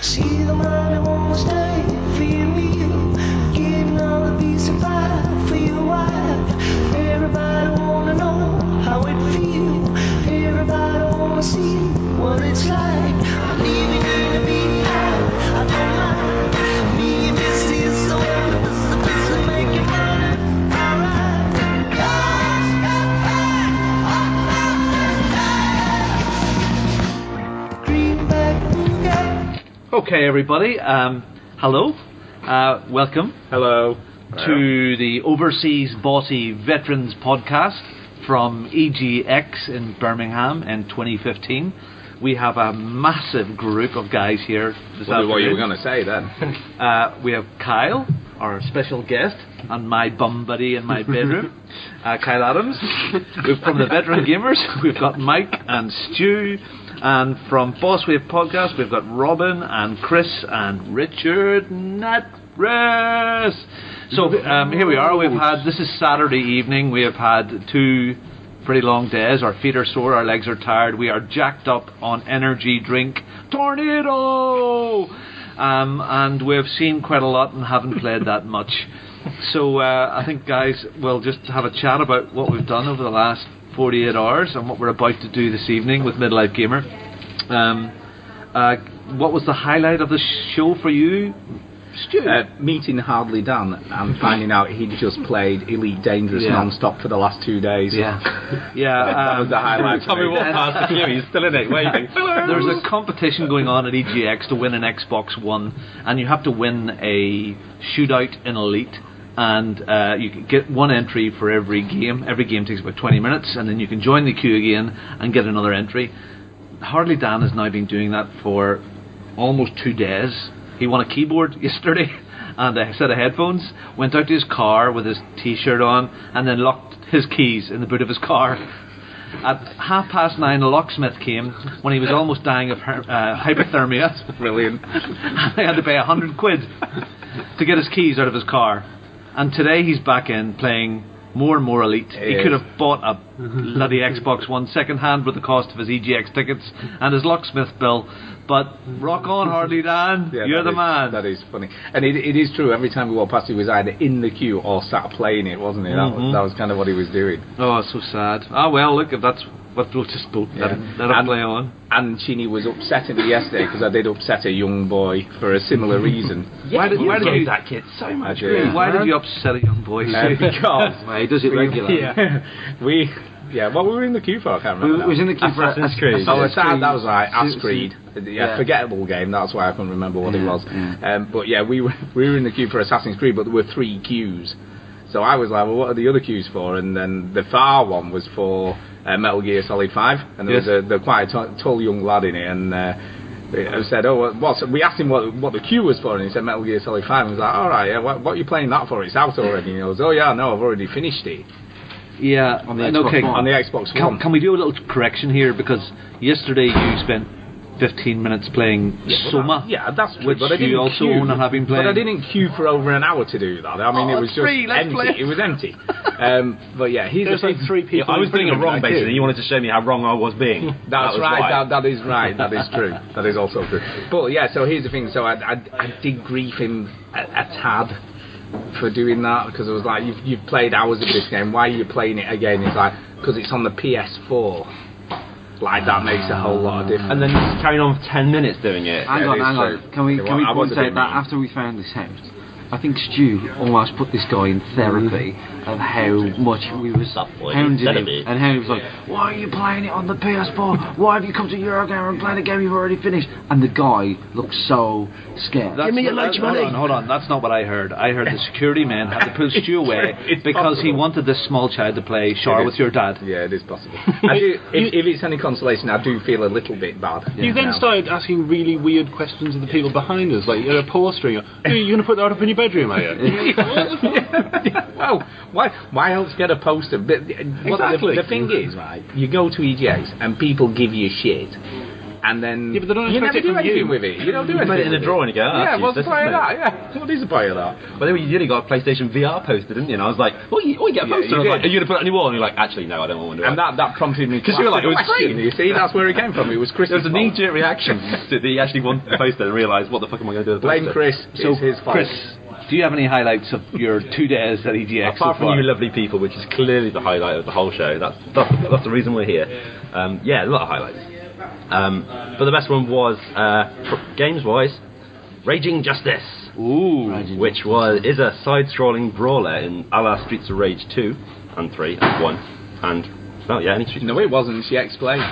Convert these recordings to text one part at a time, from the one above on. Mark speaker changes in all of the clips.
Speaker 1: See the money one more day, feeding me, giving all the peace of mind for your wife. Everybody wanna know how it feels. Everybody wanna see what it's like. I'm leaving in the behind. I don't mind. Me and this is so endless. The best to make it better. Alright. God's got plans. Greenback boogie.
Speaker 2: Okay, everybody. Um, hello. Uh, welcome. Hello. To the Overseas Bossy Veterans Podcast from EGX in Birmingham in 2015. We have a massive group of guys here this
Speaker 3: Wonder what you were going to
Speaker 2: afternoon.
Speaker 3: say then.
Speaker 2: Uh, we have Kyle, our special guest, and my bum buddy in my bedroom, uh, Kyle Adams. We've from the Veteran Gamers, we've got Mike and Stu, and from Boss Wave Podcast, we've got Robin and Chris and Richard Natras. So um, here we are. We've had this is Saturday evening. We have had two pretty long days. Our feet are sore. Our legs are tired. We are jacked up on energy drink tornado um, and we've seen quite a lot and haven't played that much. So uh, I think, guys, we'll just have a chat about what we've done over the last 48 hours and what we're about to do this evening with Midlife Gamer. Um, uh, what was the highlight of the show for you, Stu?
Speaker 4: Uh, meeting hardly Dan and finding out he'd just played Elite Dangerous
Speaker 2: Yeah.
Speaker 4: non-stop for the last two days.
Speaker 2: yeah, yeah.
Speaker 3: that was
Speaker 2: um,
Speaker 3: the highlight. for me.
Speaker 4: he's still in it, waiting.
Speaker 2: There's a competition going on at EGX to win an Xbox One, and you have to win a shootout in Elite. And uh, you can get one entry for every game. Every game takes about 20 minutes, and then you can join the queue again and get another entry. Hardly Dan has now been doing that for almost two days. He won a keyboard yesterday and a set of headphones, went out to his car with his t shirt on, and then locked his keys in the boot of his car. At half past nine, a locksmith came when he was almost dying of her- uh, hypothermia.
Speaker 4: Brilliant.
Speaker 2: I had to pay a hundred quid to get his keys out of his car. And today he's back in playing more and more elite. he
Speaker 3: Yes.
Speaker 2: could have bought a bloody Xbox One second hand with the cost of his EGX tickets and his locksmith bill. But rock on, Harley Dan.
Speaker 4: Yeah,
Speaker 2: You're
Speaker 4: that
Speaker 2: the
Speaker 4: is-
Speaker 2: man.
Speaker 4: That is funny, and it, it is true. Every time we walked past, he was either in the queue or sat playing it, wasn't he? That, was, that was kind of what he was doing.
Speaker 2: Oh, so sad. Ah, well, look, if that's what we'll just let
Speaker 4: Yeah.
Speaker 2: him- let him
Speaker 4: And-
Speaker 2: play on.
Speaker 4: And Chini was upsetting me yesterday because I did upset a young boy for a similar reason.
Speaker 2: Why did- why did you-
Speaker 5: that kid so
Speaker 4: I
Speaker 5: much
Speaker 4: did.
Speaker 5: grief?
Speaker 2: Why did you upset a young boy?
Speaker 4: Uh, because
Speaker 5: Well, he does it regularly.
Speaker 4: we, yeah, what were we in the queue for? I can't
Speaker 5: We,
Speaker 4: remember.
Speaker 5: we was in the queue for
Speaker 6: Assassin's Creed.
Speaker 4: Oh,
Speaker 5: Assassin's
Speaker 4: sad, that was right.
Speaker 5: Creed.
Speaker 4: Ass Creed. Yeah,
Speaker 5: Yeah.
Speaker 4: forgettable game. That's why I couldn't remember what it
Speaker 5: Yeah,
Speaker 4: was. Um, but yeah, we were we were in the queue for Assassin's Creed, but there were three queues. So I was like, well, what are the other queues for? And then the far one was for uh, Metal Gear Solid Five, and there was a the quite a t- tall young lad in it, and. Uh, I said, "Oh, what- what's?" We asked him what what the queue was for, and he said Metal Gear Solid Five. And he was like, "All right, yeah, what, what are you playing that for? It's out already." And he goes, "Oh yeah, no, I've already finished it
Speaker 2: Yeah.
Speaker 5: On the
Speaker 2: and
Speaker 5: Xbox
Speaker 2: okay,
Speaker 5: One.
Speaker 4: on the Xbox
Speaker 2: Can,
Speaker 4: One."
Speaker 2: can we do a little correction here? Because yesterday you spent 15 minutes playing
Speaker 4: Yeah, well,
Speaker 2: Soma.
Speaker 4: that- Yeah, that's true.
Speaker 2: which
Speaker 4: but I
Speaker 2: you
Speaker 4: didn't
Speaker 2: also
Speaker 4: queue,
Speaker 2: own and have been
Speaker 4: But I
Speaker 2: playing.
Speaker 4: didn't queue for over an hour to do that. I mean,
Speaker 2: Oh,
Speaker 4: it was
Speaker 2: it's
Speaker 4: just
Speaker 2: free, let's
Speaker 4: empty.
Speaker 2: play it.
Speaker 4: It was empty. um, but yeah, he's
Speaker 6: There's like
Speaker 4: three
Speaker 6: Yeah, I was doing it wrong, basically. You wanted to show me how wrong I was being.
Speaker 4: That's
Speaker 6: That was
Speaker 4: right. That, that is right. That is true. that is also true. But yeah, so here's the thing. So I, I, I did grief him a, a tad for doing that because I was like, you've, you've played hours of this game. Why are you playing it again? It's like because it's on the PS4. Like that makes a whole
Speaker 2: Ah.
Speaker 4: lot of difference.
Speaker 6: And then just carrying on for 10 minutes doing it.
Speaker 5: Hang
Speaker 4: Yeah,
Speaker 5: on,
Speaker 4: it is
Speaker 5: hang
Speaker 4: true.
Speaker 5: on. Can we
Speaker 4: It
Speaker 5: can we
Speaker 4: wa- I was
Speaker 5: point
Speaker 4: a
Speaker 5: out
Speaker 4: bit
Speaker 5: that
Speaker 4: mean.
Speaker 5: after we found this out, I think Stu almost put this guy in therapy of how much we was
Speaker 6: boy,
Speaker 5: hounding him,
Speaker 6: therapy.
Speaker 5: and how he was like, "Why are you playing it on the PS4? Why have you come to Eurogamer and played a game you've already finished?" And the guy looked so scared.
Speaker 2: That's not- hold on, hold on. That's not what I heard. I heard the security man had to pull Stu away
Speaker 4: It's
Speaker 2: because he
Speaker 4: possible.
Speaker 2: wanted this small child to play Char
Speaker 4: is.
Speaker 2: with your dad.
Speaker 4: Yeah, it is possible. I do, if, if it's any consolation, I do feel a little bit bad.
Speaker 7: You then
Speaker 4: now.
Speaker 7: started asking really weird questions of the people behind us, like you're a poor stringer. You're, you're gonna put that up in your bedroom, are you?
Speaker 4: well, oh, why why else get a poster? But, uh, what the-
Speaker 7: Exactly.
Speaker 4: E the, thing is, right? You go to EGX and people give you shit. and then
Speaker 7: Yeah, but they don't
Speaker 4: you
Speaker 7: expect
Speaker 4: never
Speaker 7: it
Speaker 4: do
Speaker 7: from
Speaker 4: anything
Speaker 7: you.
Speaker 4: with it. You don't do
Speaker 6: You
Speaker 4: anything
Speaker 6: put it in
Speaker 4: with
Speaker 6: a drawer and you go,
Speaker 4: yeah,
Speaker 6: "Ah, geez,
Speaker 4: what's a
Speaker 6: this is
Speaker 4: player
Speaker 6: nice."
Speaker 4: that? Yeah, what is a player that?
Speaker 6: But then you nearly got a PlayStation VR poster, didn't you? And I was like, well, you, oh, you get a
Speaker 4: Yeah,
Speaker 6: poster.
Speaker 4: you
Speaker 6: and I was like,
Speaker 4: did.
Speaker 6: are you going to put it on your wall? And you're like, actually, no, I don't want one.
Speaker 4: And that that prompted me because
Speaker 6: you were like, it was free.
Speaker 4: You see, that's where it came from. It was Chris.
Speaker 6: there was a knee-jerk reaction that he actually wanted the poster and realised, what the fuck am I going to do with the
Speaker 4: Blame
Speaker 6: poster?
Speaker 4: Chris.
Speaker 2: So,
Speaker 4: it's his fault.
Speaker 2: Chris, do you have any highlights of your two days at EGX? so
Speaker 6: Apart from
Speaker 2: far?
Speaker 6: you lovely people, which is clearly the highlight of the whole show. That's that's, that's the reason we're here. Um, yeah, a lot of highlights. Um, but the best one was uh, games-wise, Raging Justice.
Speaker 2: Ooh.
Speaker 6: which was is a side-scrolling brawler in a la Streets of Rage 2 and 3 and 1 and oh yeah, any Streets.
Speaker 4: No, it wasn't. She explained.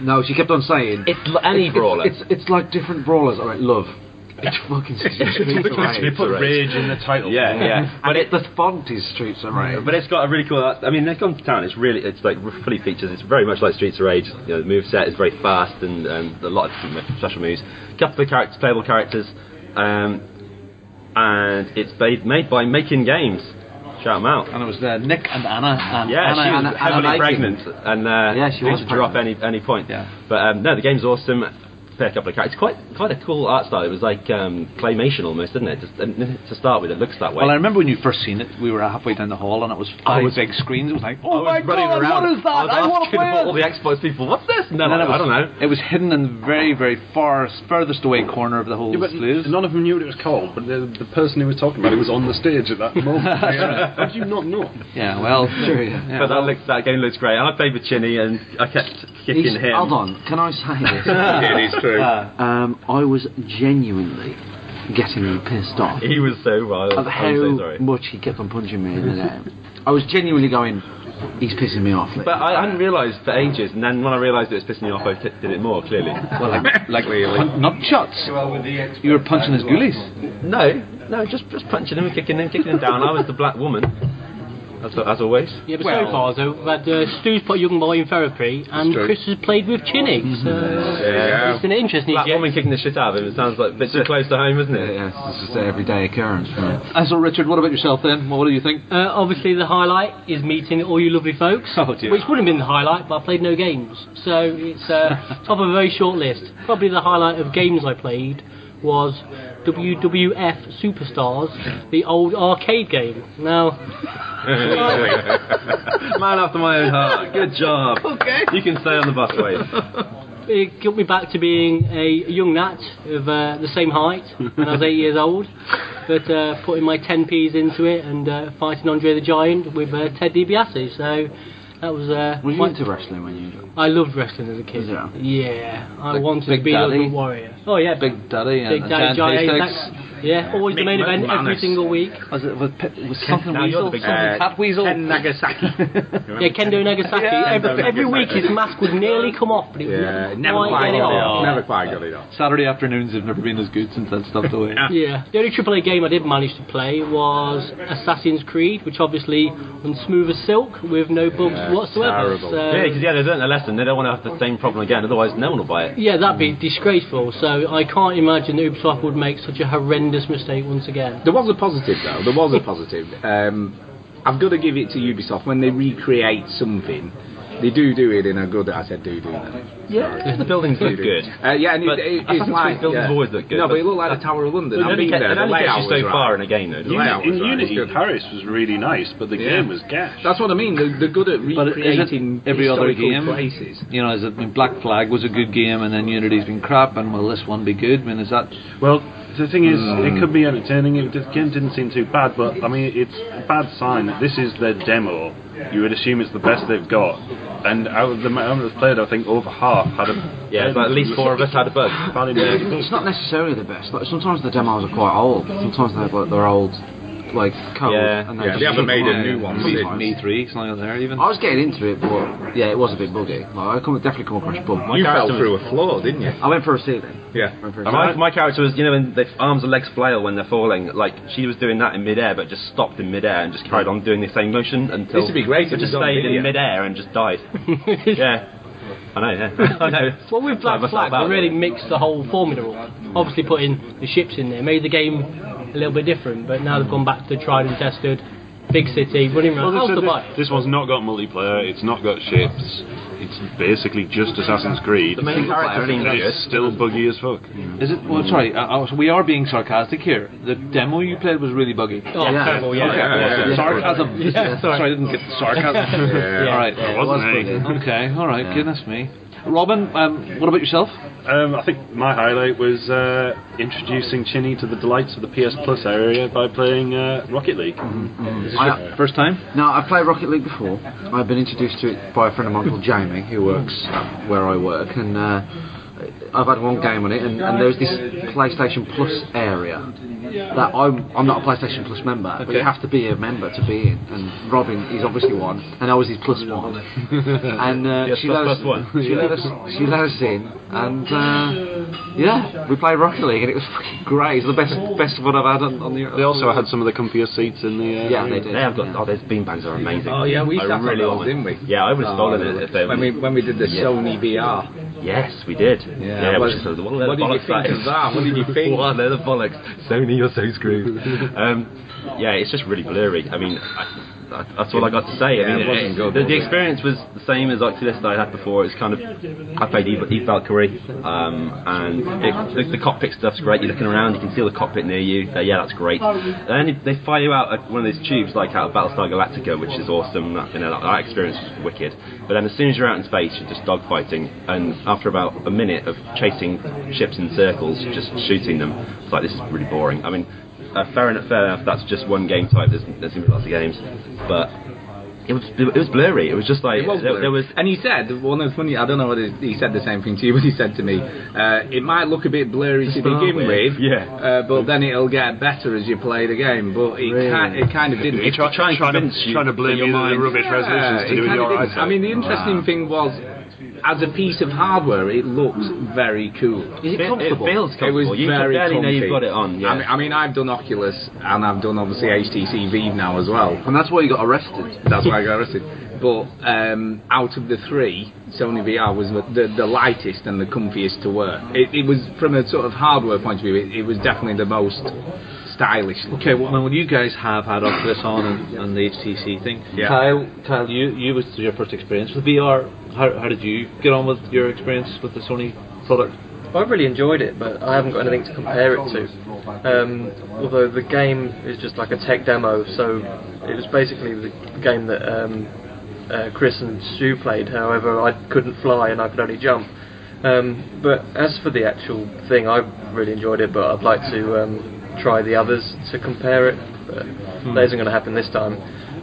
Speaker 5: No, she kept on saying.
Speaker 6: It's l- any
Speaker 5: it's-
Speaker 6: brawler.
Speaker 5: It's, it's, like different brawlers. All right, love. It's fucking Streets of Rage.
Speaker 6: Put Rage
Speaker 7: in the title.
Speaker 6: yeah, yeah.
Speaker 5: And it, the font is Streets of Rage.
Speaker 6: But it's got a really cool. I mean, they've gone to town. It's really, it's like fully features. It's very much like Streets of Rage. You know, the move set is very fast and, and a lot of different mo- special moves. Couple of characters, playable characters, um, and it's made, made by Making Games. Shout them out.
Speaker 2: And it was uh, Nick and Anna. And
Speaker 6: Yeah,
Speaker 2: Anna,
Speaker 6: she was
Speaker 5: Anna-
Speaker 6: heavily
Speaker 5: Anna Lakin.
Speaker 6: pregnant, and uh,
Speaker 5: Yeah, she
Speaker 6: due
Speaker 5: was
Speaker 6: to drop any
Speaker 5: pregnant.
Speaker 6: any point.
Speaker 2: Yeah.
Speaker 6: But um, no, the game's awesome. Play a couple of characters. Quite quite a cool art style. It was like um, claymation almost, didn't it? Just, um, to start with, it looks that way.
Speaker 2: Well, I remember when you first seen it, we were halfway down the hall and it was five big screens. It was like, oh my
Speaker 6: I was running
Speaker 2: god,
Speaker 6: around.
Speaker 2: what is that?
Speaker 6: I, was
Speaker 2: I, want to
Speaker 6: asking
Speaker 2: play
Speaker 6: all
Speaker 2: it.
Speaker 6: the Xbox people, "What's this?" No,
Speaker 2: And
Speaker 6: no,
Speaker 2: then it
Speaker 6: I
Speaker 2: was,
Speaker 6: don't know.
Speaker 2: It was hidden in very, very far, furthest away corner of the whole
Speaker 7: Yeah, but
Speaker 2: slews.
Speaker 7: none of them knew what it was called, but the, the person who was talking about it was on the stage at that moment. How do you not know?
Speaker 2: Yeah, well,
Speaker 5: Sure, yeah.
Speaker 6: but that looks that game looks great. And I played with Chinny, and I kept kicking
Speaker 5: He's-
Speaker 6: him.
Speaker 5: Hold on, can I say this?
Speaker 4: it is true.
Speaker 5: um, I was genuinely getting pissed off
Speaker 6: He was so wild.
Speaker 5: of
Speaker 6: I'm so
Speaker 5: how
Speaker 6: sorry.
Speaker 5: much he kept on punching me in the head. I was genuinely going, he's pissing me off. Lee."
Speaker 6: But I I hadn't realised for ages, and then when I realised it was pissing me off, I t- did it more clearly.
Speaker 2: like pun- nut shots. You were punching his ghoulies.
Speaker 6: No, no, just just punching him, kicking him, kicking him down. I was the black woman, as, as always.
Speaker 8: Yeah, but so far though, we've had uh, Stu's put young boy in therapy, and
Speaker 4: true.
Speaker 8: Chris has played with Chinny. So uh,
Speaker 4: Yeah.
Speaker 8: it's an interesting.
Speaker 6: Black woman kicking the shit out of him. It sounds like a bit too close to home, isn't it?
Speaker 5: Yes, it's just an everyday occurrence. Right?
Speaker 2: And Uh, so, Richard, what about yourself then? What do you think?
Speaker 8: Uh, obviously, the highlight is meeting all you lovely folks,
Speaker 2: Oh, dear.
Speaker 8: which would have been the highlight, but I played no games, so it's uh, top of a very short list. Probably the highlight of games I played was WWF Superstars, the old arcade game. Now,
Speaker 6: Man after my own heart. Good job. Okay. You can stay on the bus, wave.
Speaker 8: it got me back to being a young nat of uh, the same height when I was eight years old, but uh, putting my 10p's into it and uh, fighting Andre the Giant with uh, Ted DiBiase, so that was uh,
Speaker 5: Were you
Speaker 8: quite-
Speaker 5: into wrestling when you
Speaker 8: I loved wrestling as a kid.
Speaker 5: Yeah.
Speaker 8: Yeah, I
Speaker 2: Like
Speaker 8: wanted
Speaker 2: Big
Speaker 8: to be
Speaker 2: Daddy?
Speaker 8: a little warrior. Oh yeah,
Speaker 2: Big Daddy and
Speaker 8: Big
Speaker 2: the Giant
Speaker 8: Daddy Jai.
Speaker 2: Paysticks.
Speaker 8: that- Yeah, always the main event every single week.
Speaker 2: Was it was, Pit- was something
Speaker 6: now you're
Speaker 2: weasel?
Speaker 6: the big
Speaker 2: Something
Speaker 4: guy.
Speaker 2: cat weasel?
Speaker 4: Ken Uh, Nagasaki.
Speaker 8: Yeah, Kendo Nagasaki. every, every week his mask would nearly come off, but it would
Speaker 4: Yeah,
Speaker 8: never
Speaker 4: never quite
Speaker 8: get
Speaker 4: got it
Speaker 8: off.
Speaker 4: off. Never quite got it off.
Speaker 2: Saturday afternoons have never been as good since that stuffed away.
Speaker 8: Yeah, the only AAA game I did manage to play was Assassin's Creed, which obviously runs smooth as silk with no bugs whatsoever.
Speaker 4: terrible.
Speaker 8: So,
Speaker 6: Yeah, because yeah, they learned a lesson. They don't want to have the same problem again. Otherwise, no one will buy it.
Speaker 8: yeah, that'd be disgraceful. So I can't imagine that Ubisoft would make such a horrendous mistake once again.
Speaker 4: There was a positive though. There was a positive. Um, I've got to give it to Ubisoft when they recreate something. They do do it in a good. I said do do.
Speaker 6: Yeah, the buildings look good.
Speaker 4: Uh, yeah, and it,
Speaker 6: But
Speaker 4: it,
Speaker 6: Assassin's
Speaker 4: it's
Speaker 6: Creed
Speaker 4: like
Speaker 6: buildings
Speaker 4: yeah.
Speaker 6: always look good.
Speaker 4: No, but it
Speaker 6: But
Speaker 4: looked like the Tower of London.
Speaker 6: It
Speaker 4: I've
Speaker 6: only,
Speaker 4: been
Speaker 6: gets,
Speaker 4: there.
Speaker 6: it
Speaker 4: The
Speaker 6: only gets you
Speaker 4: layout was
Speaker 6: so far
Speaker 4: right.
Speaker 6: in a game, though. doesn't
Speaker 4: Yeah.
Speaker 6: it?
Speaker 4: layout was
Speaker 7: in
Speaker 4: right, it
Speaker 7: Unity,
Speaker 4: was good.
Speaker 7: Paris was really nice, but the
Speaker 4: Yeah.
Speaker 7: game was gash.
Speaker 4: That's what I mean. They're, they're good at
Speaker 2: But is
Speaker 4: recreating
Speaker 2: it every other
Speaker 4: historical
Speaker 2: game?
Speaker 4: places.
Speaker 2: You know, is it I mean, Black Flag was a good game, and then Unity's been crap, and will this one be good? I mean, is that
Speaker 7: Well, the thing is, it
Speaker 6: Mm.
Speaker 7: could be entertaining. It, the game didn't seem too bad, but I mean, it's a bad sign that this is their demo. You would assume it's the best they've got, and out of the amount that's played, I think over half had a
Speaker 6: Yeah, it's like at least four of us had a bug.
Speaker 7: Valid
Speaker 5: do? It's not necessarily the best. Like, sometimes the demos are quite old. Sometimes they're like they're old, like code.
Speaker 6: Yeah.
Speaker 5: and they're
Speaker 4: Yeah,
Speaker 5: just
Speaker 4: they haven't made a
Speaker 5: Yeah.
Speaker 4: new one
Speaker 5: Sometimes.
Speaker 4: since.
Speaker 2: Me Three? Something like there even.
Speaker 5: I was getting into it, but yeah, it was a bit buggy. Like, I come, definitely come across bug.
Speaker 4: You
Speaker 6: character
Speaker 4: fell
Speaker 6: was-
Speaker 4: through a floor, didn't you?
Speaker 5: I went for a ceiling.
Speaker 4: Yeah.
Speaker 5: Went for a
Speaker 6: My, my character was, you know, when the arms and legs flail when they're falling, like she was doing that in midair, but just stopped in midair and just carried on doing the same motion until
Speaker 4: This would be great
Speaker 6: But
Speaker 4: if
Speaker 6: just
Speaker 4: it was on
Speaker 6: stayed in
Speaker 4: video.
Speaker 6: midair and just died. yeah, I know. Yeah, I know.
Speaker 8: Well, with Black
Speaker 6: Sorry, I must
Speaker 8: Flag,
Speaker 6: stop
Speaker 8: they
Speaker 6: out
Speaker 8: really
Speaker 6: there.
Speaker 8: mixed the whole formula up. Obviously, put in the ships in there made the game a little bit different, but now they've gone back to tried and tested. big city, running around.
Speaker 7: Well,
Speaker 8: How's
Speaker 7: this,
Speaker 8: the
Speaker 7: this-
Speaker 8: bike?
Speaker 7: this one's not got multiplayer. It's not got ships. It's basically just Assassin's Creed.
Speaker 6: The main character thing
Speaker 7: and it's
Speaker 6: is
Speaker 7: still buggy as fuck.
Speaker 2: Is it? Well, sorry, uh, uh, so we are being sarcastic here. The demo you played was really buggy.
Speaker 8: Oh, terrible, yeah.
Speaker 2: Okay,
Speaker 4: yeah, yeah.
Speaker 2: sarcasm.
Speaker 8: Yeah, sorry.
Speaker 2: Sorry, I didn't get the sarcasm.
Speaker 4: Yeah.
Speaker 2: All right.
Speaker 7: It wasn't
Speaker 5: was
Speaker 7: any.
Speaker 2: Okay, all right, goodness me. Robin, um, what about yourself?
Speaker 7: Um, I think my highlight was uh, introducing Chinny to the delights of the PS Plus area by playing uh, Rocket League.
Speaker 5: I,
Speaker 2: First time?
Speaker 5: no, I've played Rocket League before. I've been introduced to it by a friend of mine called Jamie, who works where I work, and uh, I've had one game on it, and, and there's this PlayStation Plus area that I'm, I'm not a PlayStation Plus member, but you have to be a member to be in. And Robin is obviously one, and I was his plus one, and uh, she
Speaker 6: plus
Speaker 5: let us,
Speaker 6: plus one.
Speaker 5: she let us, she let us in, and uh, yeah, we played Rocket League, and it was fucking great. It's the best best one I've had on, on the.
Speaker 7: They also had some of the comfiest seats in the. Uh,
Speaker 5: Yeah, they did.
Speaker 6: They have got.
Speaker 5: yeah.
Speaker 6: Oh, those beanbags are amazing.
Speaker 4: Oh yeah, we
Speaker 6: I
Speaker 4: sat
Speaker 6: really
Speaker 4: on those, didn't
Speaker 6: want-
Speaker 4: we?
Speaker 6: Yeah, I would have
Speaker 4: Oh,
Speaker 6: stolen it if they
Speaker 4: when we when we did the
Speaker 6: Yeah.
Speaker 4: Sony VR.
Speaker 6: Yes, we did.
Speaker 4: Yeah,
Speaker 6: which
Speaker 4: what-
Speaker 6: is the-
Speaker 4: what
Speaker 6: the
Speaker 4: did you
Speaker 6: bollocks
Speaker 4: think
Speaker 6: that
Speaker 4: of
Speaker 6: is.
Speaker 4: that? What did you think?
Speaker 6: What, they're the bollocks. Sony, you're so screwed. um, yeah, it's just really blurry. I mean, I, I, that's all I got to say.
Speaker 4: Yeah,
Speaker 6: I mean,
Speaker 4: it wasn't good,
Speaker 6: the,
Speaker 4: was
Speaker 6: the
Speaker 4: it?
Speaker 6: experience was the same as Oculus that I had before. It's kind of I played Eve, Eve Valkyrie, um, and it, the, the cockpit stuff's great. You're looking around, you can see all the cockpit near you. So yeah, that's great. And then they fire you out at one of those tubes, like out of Battlestar Galactica, which is awesome. That, you know, that, that experience was wicked. But then as soon as you're out in space, you're just dogfighting, and after about a minute of chasing ships in circles, just shooting them, it's like this is really boring. I mean, uh, fair enough, fair enough. That's just one game type. There's there's gonna be lots of games, but it was it was blurry. It was just like
Speaker 4: It was
Speaker 6: there,
Speaker 4: blurry.
Speaker 6: there was.
Speaker 4: and he said one of the funny. I don't know whether he said the same thing to you, but he said to me, uh, "It might look a bit blurry to
Speaker 6: start
Speaker 4: begin
Speaker 6: with,
Speaker 4: with,
Speaker 6: yeah.
Speaker 4: uh, but then it'll get better as you play the game." But it, kind, it kind of didn't.
Speaker 7: They try,
Speaker 6: Try and
Speaker 7: trying, to,
Speaker 6: convince you
Speaker 7: trying to blame
Speaker 6: that your
Speaker 7: you the
Speaker 6: mind-
Speaker 7: rubbish
Speaker 4: Yeah,
Speaker 7: resolutions to
Speaker 4: it
Speaker 7: do with
Speaker 4: kinda
Speaker 7: your
Speaker 4: didn't.
Speaker 7: eyesight.
Speaker 4: I mean, the interesting thing was, as a piece of hardware, it looks very cool.
Speaker 6: Is it,
Speaker 5: comfortable?
Speaker 6: It feels
Speaker 4: It was
Speaker 6: comfortable. you
Speaker 4: very
Speaker 6: can barely know
Speaker 4: comfy.
Speaker 6: you've got it on. Yeah.
Speaker 4: I mean, I mean, I've done Oculus and I've done obviously HTC Vive now as well.
Speaker 5: And that's why you got arrested.
Speaker 4: That's why I got arrested. But um, out of the three, Sony VR was the, the, the lightest and the comfiest to wear. It, it was, from a sort of hardware point of view, it, it was definitely the most stylish looking.
Speaker 2: Okay, well, well you guys have had Oculus on and, and the HTC thing.
Speaker 4: Yeah.
Speaker 2: Kyle, Kyle, you you was your first experience with VR. How, how did you get on with your experience with the Sony product?
Speaker 9: I really enjoyed it, but I haven't got anything to compare it to. Um, although the game is just like a tech demo, so it was basically the game that um, uh, Chris and Stu played. However, I couldn't fly and I could only jump. Um, but as for the actual thing, I really enjoyed it, but I'd like to um, try the others to compare it. But
Speaker 6: Hmm.
Speaker 9: that isn't going to happen this time.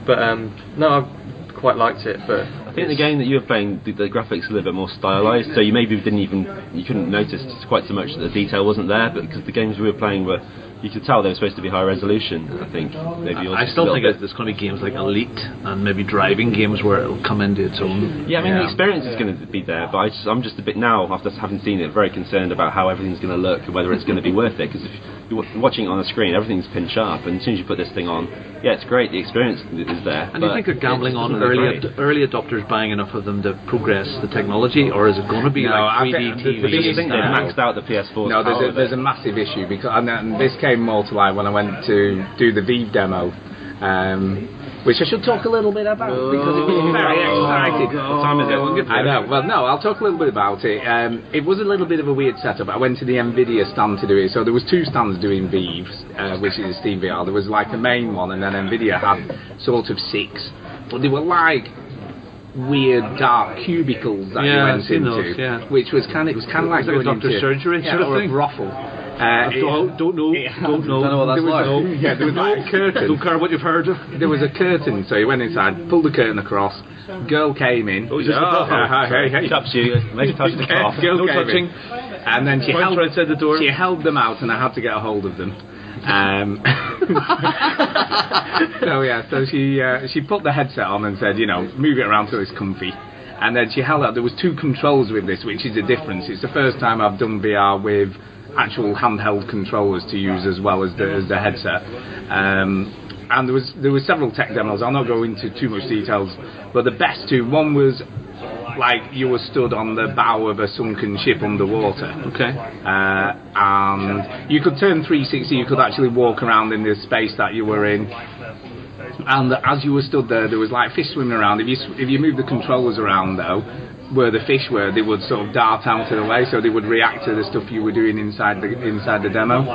Speaker 9: But um, no, I quite liked it. But
Speaker 6: I think the game that you were playing, the, the graphics are a little bit more stylized, so you maybe didn't even you couldn't notice quite so much that the detail wasn't there. But because the games we were playing were, you could tell they were supposed to be high resolution. I think maybe yours
Speaker 2: I
Speaker 6: was a
Speaker 2: still
Speaker 6: little
Speaker 2: think
Speaker 6: bit-
Speaker 2: there's going to be games like Elite and maybe driving games where it'll come into its own.
Speaker 6: Yeah, I mean the experience is going to be there, but I just, I'm just a bit now after having seen it, very concerned about how everything's going to look and whether it's going to be worth it. Because if you're wa- watching it on the screen, everything's pin sharp, and as soon as you put this thing on, yeah, it's great. The experience is there.
Speaker 2: And do you
Speaker 6: but
Speaker 2: think they're gambling
Speaker 6: it
Speaker 2: on
Speaker 6: doesn't
Speaker 2: early
Speaker 6: look
Speaker 2: ad-
Speaker 6: great.
Speaker 2: early adopters buying enough of them to progress the technology, or is it going to be
Speaker 4: No, I
Speaker 2: like 3D
Speaker 4: think the-
Speaker 2: TV?
Speaker 4: the
Speaker 6: I just
Speaker 4: biggest
Speaker 6: think they've
Speaker 4: now-
Speaker 6: maxed out the PS4.
Speaker 4: No,
Speaker 6: power
Speaker 4: there's a,
Speaker 6: of
Speaker 4: there's
Speaker 6: it.
Speaker 4: a massive issue because and, and this came more to light when I went to do the Vive demo, um, which I should talk a little bit about because it
Speaker 2: Oh.
Speaker 4: was very exciting.
Speaker 6: What time is it? We'll get
Speaker 4: I
Speaker 6: there.
Speaker 4: know. Well, no, I'll talk a little bit about it. Um, it was a little bit of a weird setup. I went to the Nvidia stand to do it. So there was two stands doing Vive, uh, which is SteamVR. There was like a main one, and then Nvidia had sort of six, but they were like weird dark cubicles that
Speaker 2: Yeah,
Speaker 4: you
Speaker 2: I've
Speaker 4: went
Speaker 2: seen
Speaker 4: into,
Speaker 2: those, yeah.
Speaker 4: which was kind of it was kind of like
Speaker 2: like a
Speaker 4: going
Speaker 2: doctor's
Speaker 4: into-
Speaker 2: surgery
Speaker 4: yeah,
Speaker 2: sort of
Speaker 4: or a
Speaker 2: thing.
Speaker 4: brothel. Uh, it-
Speaker 2: don't, don't know. Don't know.
Speaker 5: Don't know what that's
Speaker 2: There was
Speaker 5: like.
Speaker 2: no-
Speaker 4: yeah, there was like a curtain.
Speaker 2: Don't care what you've heard.
Speaker 4: There was a curtain, so he went inside, pulled the curtain across. Girl came in.
Speaker 6: Oh, yeah.
Speaker 4: Uh, hi, hey, hey.
Speaker 6: Touch you. Make a touch the
Speaker 4: Girl-
Speaker 6: calf.
Speaker 4: girl
Speaker 2: No
Speaker 4: came
Speaker 2: touching.
Speaker 4: in. And then she
Speaker 2: Pointer
Speaker 4: held,
Speaker 2: outside the door.
Speaker 4: she held them out, and I had to get a hold of them. Um, so yeah, so she uh, she put the headset on and said, you know, move it around till it's comfy. And then she held out. There was two controls with this, which is a difference. It's the first time I've done VR with actual handheld controllers to use as well as the as the headset. Um, and there was there were several tech demos. I'll not go into too much details, but the best two. One was like you were stood on the bow of a sunken ship underwater.
Speaker 2: Okay.
Speaker 4: Uh, and you could turn 360. You could actually walk around in the space that you were in. and as you were stood there, there was like fish swimming around. If you s- if you moved the controllers around though, where the fish were, they would sort of dart out of the way, so they would react to the stuff you were doing inside the inside the demo. Uh,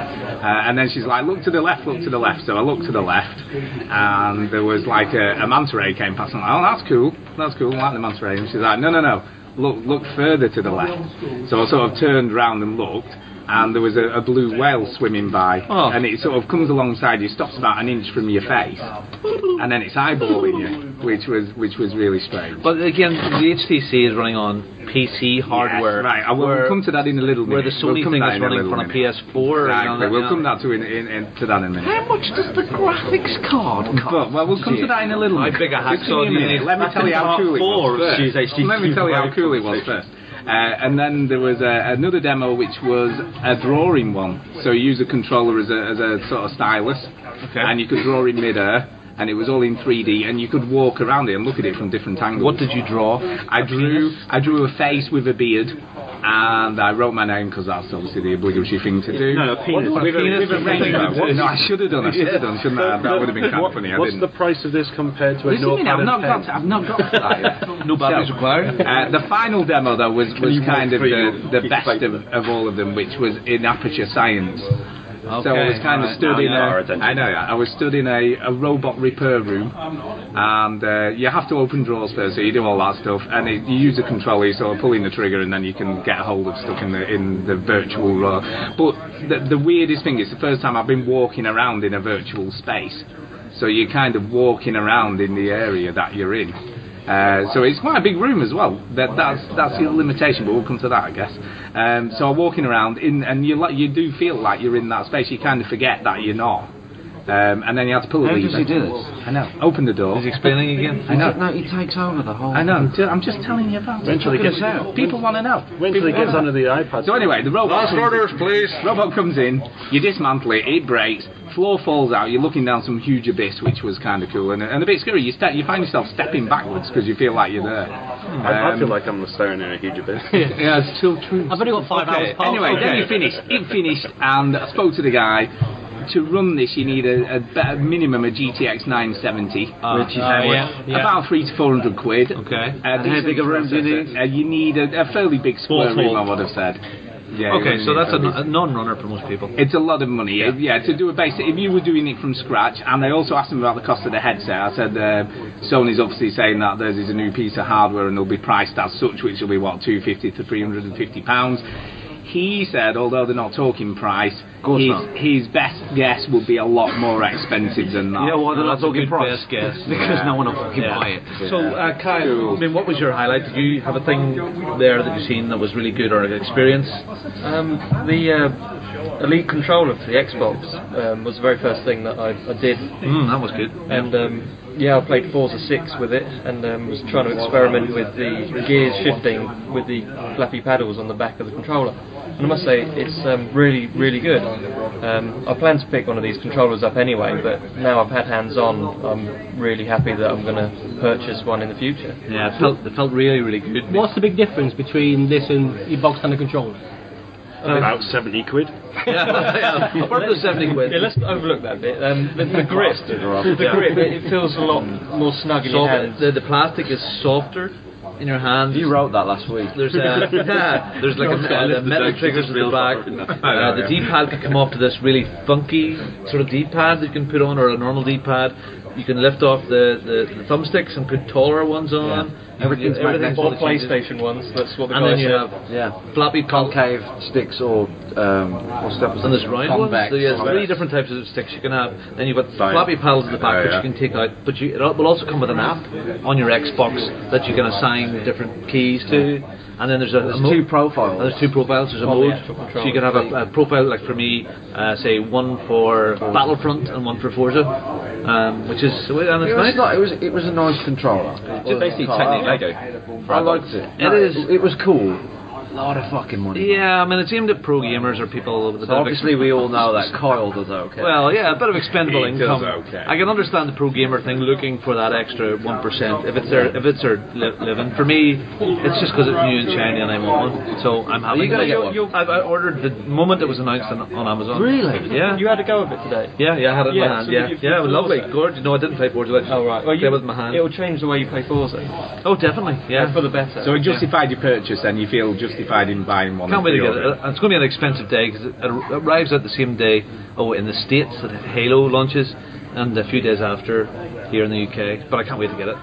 Speaker 4: and then she's like, look to the left, look to the left. So I looked to the left, and there was like a, a manta ray came past. And I'm like, oh, that's cool, that's cool, I like the manta ray. And she's like, no, no, no, look look further to the left. So I sort of turned round and looked and there was a, a blue whale swimming by, and it sort of comes alongside you, stops about an inch from your face, and then it's eyeballing you, which was which was really strange.
Speaker 2: But again, the HTC is running on PC hardware.
Speaker 4: right, I will
Speaker 2: where-
Speaker 4: we'll come to that in a little
Speaker 2: where
Speaker 4: minute.
Speaker 2: the Sony
Speaker 4: we'll come
Speaker 2: thing is
Speaker 4: to that in a
Speaker 2: running
Speaker 4: little
Speaker 2: from a
Speaker 4: minute.
Speaker 2: PS4. and all
Speaker 4: Exactly,
Speaker 2: that,
Speaker 4: we'll
Speaker 2: yeah.
Speaker 4: come that to in, in, in to that in a minute.
Speaker 2: How much does the graphics card cost?
Speaker 4: But well, we'll come to that in a little
Speaker 2: My
Speaker 4: minute.
Speaker 2: bigger
Speaker 4: Just give
Speaker 2: hacksaw
Speaker 4: me a minute.
Speaker 2: needs-
Speaker 4: Let me
Speaker 2: That's
Speaker 4: tell
Speaker 2: in
Speaker 4: you how
Speaker 2: part
Speaker 4: cool it
Speaker 2: four of
Speaker 4: was
Speaker 2: She's
Speaker 4: first.
Speaker 2: HTC
Speaker 4: Let me tell you how
Speaker 2: Vive
Speaker 4: cool it was first. Uh, and then there was a, another demo which was a drawing one. So you use a controller as a, as a sort of stylus, and you could draw in midair, and it was all in 3D, and you could walk around it and look at it from different angles.
Speaker 2: What did you draw?
Speaker 4: I drew I drew a face with a beard, and I wrote my name because that's obviously the obligatory thing to do.
Speaker 7: No, a penis.
Speaker 4: With
Speaker 7: A penis
Speaker 4: with a
Speaker 7: is something
Speaker 4: rainbow.
Speaker 7: to do.
Speaker 4: No, I should have done. I should have done, shouldn't I? That would have been kind of funny. I
Speaker 7: What's
Speaker 4: didn't.
Speaker 7: the price of this compared to a
Speaker 4: Listen to me
Speaker 7: notepad
Speaker 4: now, I've not
Speaker 7: and
Speaker 4: got,
Speaker 7: pen?
Speaker 4: I've not got to that yet.
Speaker 2: No batteries
Speaker 4: So,
Speaker 2: required.
Speaker 4: Uh, the final demo though was, was
Speaker 6: you
Speaker 4: kind
Speaker 6: walk
Speaker 4: of
Speaker 6: through
Speaker 4: the, the
Speaker 6: your
Speaker 4: best of,
Speaker 6: paper?
Speaker 4: of all of them, which was in aperture science. so I
Speaker 2: Okay,
Speaker 4: was kind of
Speaker 2: right,
Speaker 4: stood
Speaker 6: now
Speaker 4: in
Speaker 6: you know our
Speaker 4: a,
Speaker 6: attention.
Speaker 4: I know, yeah, I was stood in a, a robot repair room, and uh, you have to open drawers first, so you do all that stuff, and it, you use the controller, so sort of pulling the trigger, and then you can get hold of stuff in the in the virtual. Uh, but the, the weirdest thing is the first time I've been walking around in a virtual space, so you're kind of walking around in the area that you're in. Uh, so it's quite a big room as well. That, that's that's the limitation, but we'll come to that, I guess. Um, so I'm walking around, in, and you like you do feel like you're in that space. You kind of forget that you're not, um, and then you have to pull a
Speaker 5: How
Speaker 4: lever.
Speaker 5: does he do this?
Speaker 4: I know. Open the door.
Speaker 2: Is he explaining again?
Speaker 5: I know. No, he takes over the whole.
Speaker 4: I know. ju- I'm just telling you about
Speaker 7: Eventually
Speaker 4: it. People
Speaker 7: gets-
Speaker 4: know. People want to know.
Speaker 7: Eventually
Speaker 4: People
Speaker 7: gets
Speaker 4: wanna
Speaker 7: under
Speaker 4: know.
Speaker 7: the iPad.
Speaker 4: So anyway, the robot.
Speaker 3: Last
Speaker 4: comes
Speaker 3: orders,
Speaker 4: in.
Speaker 3: please.
Speaker 4: Robot comes in. You dismantle it. It breaks. Floor falls out. You're looking down some huge abyss, which was kind of cool and, and a bit scary. You step. You find yourself stepping backwards because you feel like you're there.
Speaker 7: I, I
Speaker 4: Um,
Speaker 7: feel like I'm staring in a huge abyss.
Speaker 4: yeah, it's still true.
Speaker 8: I've only got five
Speaker 2: Oh,
Speaker 8: hours. Past.
Speaker 4: Anyway, then you finished. It finished, and I spoke to the guy. To run this, you need a, a, ba- minimum of GTX 970,
Speaker 2: Ah,
Speaker 4: which is
Speaker 8: oh, yeah, yeah.
Speaker 4: about three to four hundred quid. Uh,
Speaker 2: Okay.
Speaker 4: A
Speaker 5: how
Speaker 4: decent
Speaker 5: big a room do you
Speaker 4: processor.
Speaker 5: need?
Speaker 4: Uh, you need a, a fairly big square
Speaker 2: Four
Speaker 4: room, I
Speaker 2: full.
Speaker 4: would have said. Yeah, you
Speaker 2: Okay,
Speaker 4: would
Speaker 2: so
Speaker 4: need
Speaker 2: that's a,
Speaker 4: fairly-
Speaker 2: a non-runner for most people.
Speaker 4: it's a lot of money. Yeah, to do a basic. If you were doing it from scratch, and I also asked them about the cost of the headset. I said uh, Sony's obviously saying that theirs is a new piece of hardware and they'll be priced as such, which will be what two fifty to three hundred and fifty pounds. He said, although they're not talking price,
Speaker 5: course
Speaker 4: his,
Speaker 5: not.
Speaker 4: his best guess would be a lot more expensive than that.
Speaker 5: You know why they're
Speaker 2: Well,
Speaker 5: not
Speaker 2: that's a good
Speaker 5: talking price?
Speaker 2: best guess.
Speaker 5: Because
Speaker 4: Yeah.
Speaker 5: no one will fucking
Speaker 2: Yeah.
Speaker 5: buy it.
Speaker 2: So, uh, Kai, I mean, what was your highlight? Did you have a thing there that you seen that was really good or an experience?
Speaker 9: Um, the uh, Elite controller for the Xbox um, was the very first thing that I, I did,
Speaker 2: Mm, that was good.
Speaker 9: and um, yeah, I played Forza 6 with it, and um, was trying to experiment with the gears shifting with the flappy paddles on the back of the controller. And I must say, it's um, really, really good. Um, I plan to pick one of these controllers up anyway, but now I've had hands-on, I'm really happy that I'm going to purchase one in the future.
Speaker 2: Yeah, it felt, it felt really, really good.
Speaker 8: What's the big difference between this and your box standard controller?
Speaker 7: About 70 quid.
Speaker 2: yeah, yeah. Worth the 70 quid.
Speaker 9: Yeah, let's overlook that bit. Um, the, the grip, the grip, it, it feels a lot more snug in your
Speaker 2: Soft-
Speaker 9: hands.
Speaker 2: the, the plastic is softer in your hands.
Speaker 5: You wrote that last week.
Speaker 2: There's a there's like a, a, a metal triggers at the back. Uh, the D-pad can come off to this really funky sort of D-pad that you can put on, or a normal D-pad. You can lift off the, the, the thumbsticks and put taller ones on. You
Speaker 5: Everything's
Speaker 2: can- everything's
Speaker 9: Or
Speaker 2: really changes.
Speaker 9: PlayStation ones. That's what the
Speaker 2: And
Speaker 9: guy
Speaker 2: then you
Speaker 9: said.
Speaker 2: have
Speaker 5: Yeah.
Speaker 2: flappy pal
Speaker 5: Concave sticks or um, what's the opposite?
Speaker 2: and there's round ones.
Speaker 5: Convex.
Speaker 2: So yeah, there's
Speaker 5: Convex.
Speaker 2: three different types of sticks you can have. Then you've got flappy paddles in the back, which you can take out. But you, it al- will also come with an app on your Xbox that you can assign different keys to. And then there's a, a
Speaker 5: There's
Speaker 2: mode-
Speaker 5: two profiles. Oh,
Speaker 2: and there's two profiles. There's a
Speaker 9: On the
Speaker 2: mode, so
Speaker 9: actual
Speaker 2: you can have a, a profile like for me, uh, say one for Battlefront and one for Forza, um, which is and
Speaker 5: It
Speaker 2: it's
Speaker 5: was,
Speaker 2: nice.
Speaker 5: not, it was it was a nice controller.
Speaker 6: Just basically
Speaker 5: Oh,
Speaker 6: technique
Speaker 5: I-
Speaker 6: Lego.
Speaker 5: I liked it.
Speaker 2: It is-
Speaker 5: It was cool. a lot of fucking money.
Speaker 2: Yeah, I mean, it's aimed at pro gamers or people with a bit
Speaker 5: So
Speaker 2: of
Speaker 5: obviously, we all know that Kyle does okay.
Speaker 2: Well, yeah, a bit of expendable
Speaker 5: He does
Speaker 2: income.
Speaker 5: okay.
Speaker 2: I can understand the pro gamer thing, looking for that extra one percent if it's their if it's their li- living. For me, it's just because it's new and shiny and I want one, so I'm
Speaker 9: Are
Speaker 2: having
Speaker 9: you gonna
Speaker 2: it.
Speaker 9: get one?
Speaker 2: You- I, I ordered the moment it was announced on, on Amazon.
Speaker 5: Really?
Speaker 2: Yeah.
Speaker 9: You had to go with it today.
Speaker 2: Yeah, yeah, I had it in
Speaker 9: Yeah,
Speaker 2: my hand.
Speaker 9: so
Speaker 2: yeah,
Speaker 9: you- you-
Speaker 2: yeah,
Speaker 9: you-
Speaker 2: lovely, gorgeous. No, I didn't play Forza.
Speaker 9: Oh right. Well,
Speaker 2: Play
Speaker 9: you,
Speaker 2: with my hand.
Speaker 9: It'll change the way you play Forza.
Speaker 2: Oh, definitely. Yeah.
Speaker 9: For the better.
Speaker 4: So it justified your purchase, and you feel justified in buying one.
Speaker 2: Can't
Speaker 4: and
Speaker 2: wait to get it.
Speaker 4: pre-ordering.
Speaker 2: Uh, It's going to be an expensive day because it ar- arrives out the same day. Oh, in the states that Halo launches, and a few days after here in the UK. But I can't wait to get it.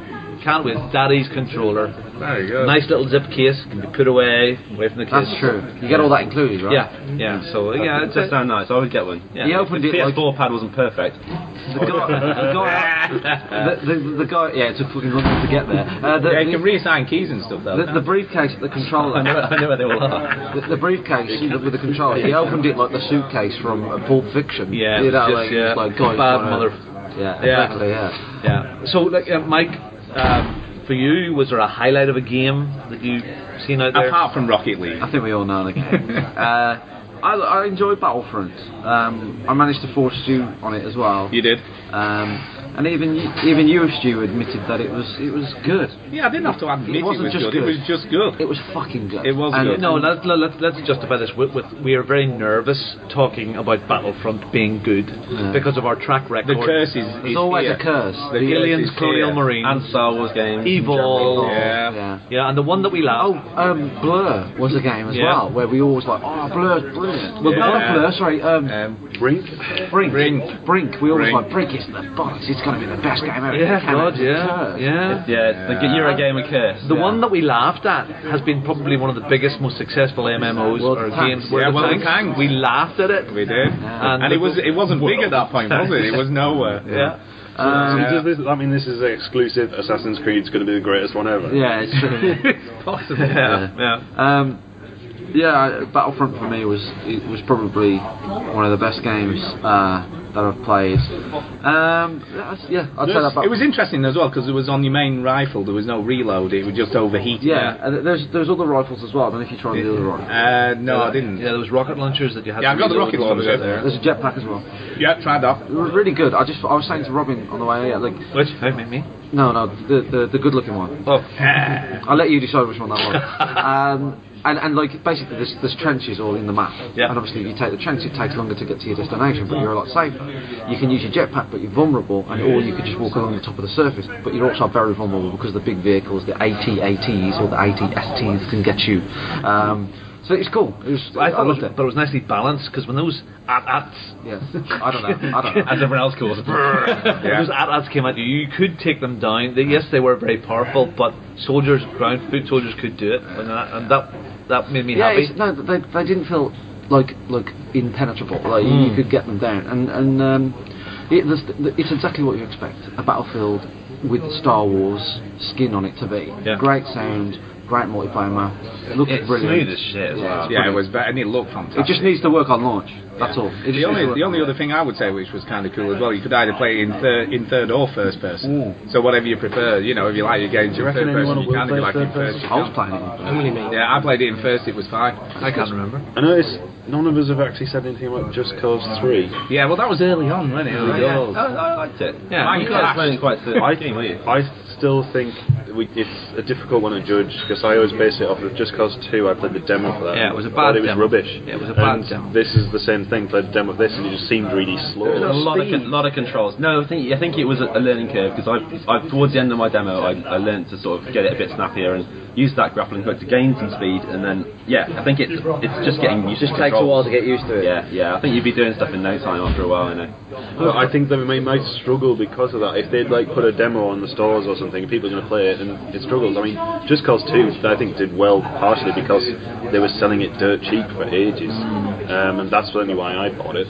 Speaker 2: Can't wait. Daddy's controller.
Speaker 4: There you go.
Speaker 2: Nice little zip case can be put away, away from the kids.
Speaker 5: That's true. You get all that included, right?
Speaker 2: Yeah, yeah. So yeah,
Speaker 6: That
Speaker 2: it's a,
Speaker 6: does sound nice. I would get one.
Speaker 2: yeah.
Speaker 5: He
Speaker 6: If
Speaker 5: opened
Speaker 6: the
Speaker 5: it like
Speaker 6: PS4 pad wasn't perfect.
Speaker 5: the guy. The guy. Uh, the, the, the guy. Yeah, it took fucking running to get there. Uh, the,
Speaker 4: Yeah, you can
Speaker 5: the-
Speaker 4: reassign keys and stuff though.
Speaker 5: the, the briefcase, the controller.
Speaker 6: I know where they all are.
Speaker 5: The, the briefcase with the controller, he opened it like the suitcase from uh, Pulp Fiction.
Speaker 2: Yeah,
Speaker 5: you
Speaker 2: it's
Speaker 5: know,
Speaker 2: just,
Speaker 5: like,
Speaker 2: yeah,
Speaker 5: like guys
Speaker 2: bad
Speaker 5: wanna-
Speaker 2: mother-
Speaker 5: Yeah,
Speaker 2: Yeah.
Speaker 5: exactly. Yeah.
Speaker 2: Yeah. So, like, uh, Mike, um, for you, was there a highlight of a game that you seen out there?
Speaker 4: Apart from Rocket League,
Speaker 5: I think we all know the game. uh, I, I enjoy Battlefront. Um, I managed to force Stu on it as well.
Speaker 4: you did.
Speaker 5: Um, and even y- even you, Stu, admitted that it was it was good.
Speaker 4: Yeah, I didn't have to admit
Speaker 5: It
Speaker 4: it, was
Speaker 5: wasn't just
Speaker 4: good.
Speaker 5: good.
Speaker 4: It was just good.
Speaker 5: It was fucking good.
Speaker 4: It was
Speaker 5: And-
Speaker 4: good.
Speaker 2: No, let, let, let, let's justify this. With, with, we are very nervous talking about Battlefront being good because of our track
Speaker 4: The
Speaker 2: record.
Speaker 4: curse is, is
Speaker 5: There's always
Speaker 4: here.
Speaker 5: a curse.
Speaker 4: The
Speaker 5: The-
Speaker 2: Aliens,
Speaker 4: curse is
Speaker 2: Colonial
Speaker 4: here.
Speaker 2: Marines,
Speaker 6: And Star Wars games.
Speaker 2: Evil.
Speaker 4: Yeah.
Speaker 5: yeah.
Speaker 2: Yeah, and the one that we
Speaker 5: Oh,
Speaker 2: love.
Speaker 5: um, Blur was a game as
Speaker 2: Yeah.
Speaker 5: well, where we always like, oh, Blur's brilliant. Well, not
Speaker 4: Yeah.
Speaker 5: Blur, sorry, um,
Speaker 4: Um,
Speaker 7: Brink.
Speaker 5: Brink.
Speaker 4: Brink.
Speaker 5: Brink. We always
Speaker 4: Brink.
Speaker 5: like, Brink is the boss, it's going to be the best game ever.
Speaker 2: Yeah,
Speaker 5: It can,
Speaker 2: God,
Speaker 5: it's a
Speaker 2: yeah,
Speaker 5: curse.
Speaker 2: yeah.
Speaker 6: Yeah, it's the Euro game of curse.
Speaker 2: The one that we laughed at has been probably one of the biggest, most successful MMOs
Speaker 5: World
Speaker 2: or
Speaker 5: of Tanks.
Speaker 2: games. World
Speaker 4: Yeah,
Speaker 2: of
Speaker 4: World of
Speaker 2: Tanks.
Speaker 4: Tanks.
Speaker 2: We laughed at it.
Speaker 4: We did.
Speaker 5: And
Speaker 4: And, it was it wasn't big at that point, was it? It was nowhere.
Speaker 2: Yeah.
Speaker 7: So
Speaker 5: Um,
Speaker 7: does this, I mean, this is exclusive. Assassin's Creed's going to be the greatest one ever.
Speaker 5: yeah, it's true.
Speaker 2: Possible. Yeah. yeah.
Speaker 5: Um, yeah, Battlefront for me was it was probably one of the best games uh, that I've played. Um, that's- yeah, I'd say that. about-
Speaker 4: It was interesting as well because it was on your main rifle. There was no reload. It was just overheating.
Speaker 5: yeah, and there's there's other rifles as well. I don't know if you tried the other rifle.
Speaker 4: Uh, no, I didn't.
Speaker 2: Yeah, there was rocket launchers that you had.
Speaker 4: Yeah, I
Speaker 2: to
Speaker 4: got the
Speaker 2: reload
Speaker 4: rocket
Speaker 2: and stuff
Speaker 4: launcher.
Speaker 2: like that.
Speaker 5: There's a jetpack as well.
Speaker 4: Yeah, tried that.
Speaker 5: It was really good. I just I was saying to Robin on the way here, like
Speaker 2: Which? Don't make me.
Speaker 5: no no the the, the good looking one.
Speaker 2: Oh.
Speaker 5: I'll let you decide which one that was. um, and, and like basically there's, there's trenches all in the map.
Speaker 2: Yeah.
Speaker 5: And obviously you take the trench, it takes longer to get to your destination, but you're a lot safer. You can use your jetpack, but you're vulnerable, and or you could just walk along the top of the surface, but you're also very vulnerable because the big vehicles, the AT-ATs or the AT-STs, can get you. Um, so it's cool. It was,
Speaker 2: I
Speaker 5: I,
Speaker 2: thought it was,
Speaker 5: loved it.
Speaker 2: but it was nicely balanced because when those at-ats
Speaker 5: Yeah. I don't know. I don't know.
Speaker 6: as everyone else calls it.
Speaker 2: When those at-ats came at you, you could take them down. They, yes, they were very powerful, but soldiers, ground foot soldiers could do it, and that and that, that made me
Speaker 5: yeah,
Speaker 2: happy.
Speaker 5: it's- no, they, they didn't feel like like impenetrable. Like you- you could get them down, and and um, it, there's- th- it's exactly what you expect a battlefield with Star Wars skin on it to be.
Speaker 2: Yeah.
Speaker 5: Great sound, great multiplayer map, looks
Speaker 6: It's
Speaker 5: brilliant.
Speaker 6: smooth as shit
Speaker 5: Yeah, it's
Speaker 6: as well.
Speaker 4: Yeah, it
Speaker 5: brilliant.
Speaker 4: was better, and it looked fantastic.
Speaker 5: It just needs to work on launch. That's all.
Speaker 4: The
Speaker 5: It just
Speaker 4: only,
Speaker 5: needs to
Speaker 4: the
Speaker 5: work
Speaker 4: only
Speaker 5: on
Speaker 4: other thing I would say, which was kind of cool as well, you could either play in third, in third or first person. So whatever you prefer, you know, if you like your games in third person, you kind of like in first.
Speaker 5: I was playing it.
Speaker 8: Only me.
Speaker 4: Yeah, I played it in first. It was fine.
Speaker 2: I can't remember.
Speaker 7: I notice none of us have actually said anything about Just Cause 3.
Speaker 4: Yeah, well, that was early on, wasn't it? Oh,
Speaker 6: Yeah, I, I liked it.
Speaker 2: Yeah,
Speaker 6: Mine
Speaker 2: you
Speaker 6: crashed.
Speaker 2: guys
Speaker 6: weren't quite the
Speaker 7: I-
Speaker 6: game, were you?
Speaker 7: I still think we, it's a difficult one to judge because I always base it off of Just Cause 2. I played the demo for that.
Speaker 2: Yeah, it was a
Speaker 7: I thought
Speaker 2: bad
Speaker 7: It was
Speaker 2: demo.
Speaker 7: rubbish.
Speaker 2: Yeah, it was a bad
Speaker 7: and
Speaker 2: demo.
Speaker 7: This is the same thing. Played the demo of this and it just seemed really slow.
Speaker 6: There was a lot of, con- lot of controls. No, I think I think it was a, a learning curve because I, I towards the end of my demo, I, I learned to sort of get it a bit snappier and use that grappling hook to gain some speed. And then yeah, I think it's it's just getting used.
Speaker 5: Just
Speaker 6: to
Speaker 5: takes a
Speaker 6: controls.
Speaker 5: while to get used to it.
Speaker 6: Yeah, yeah. I think you'd be doing stuff in no time after a while. You know.
Speaker 7: But I think that they might struggle because of that. If they'd like put a demo on the stores or something, people are going to play it, and it struggles. I mean, Just Cause Two, I think, did well partially because they were selling it dirt cheap for ages,
Speaker 2: Mm.
Speaker 7: um, and that's only why I bought it.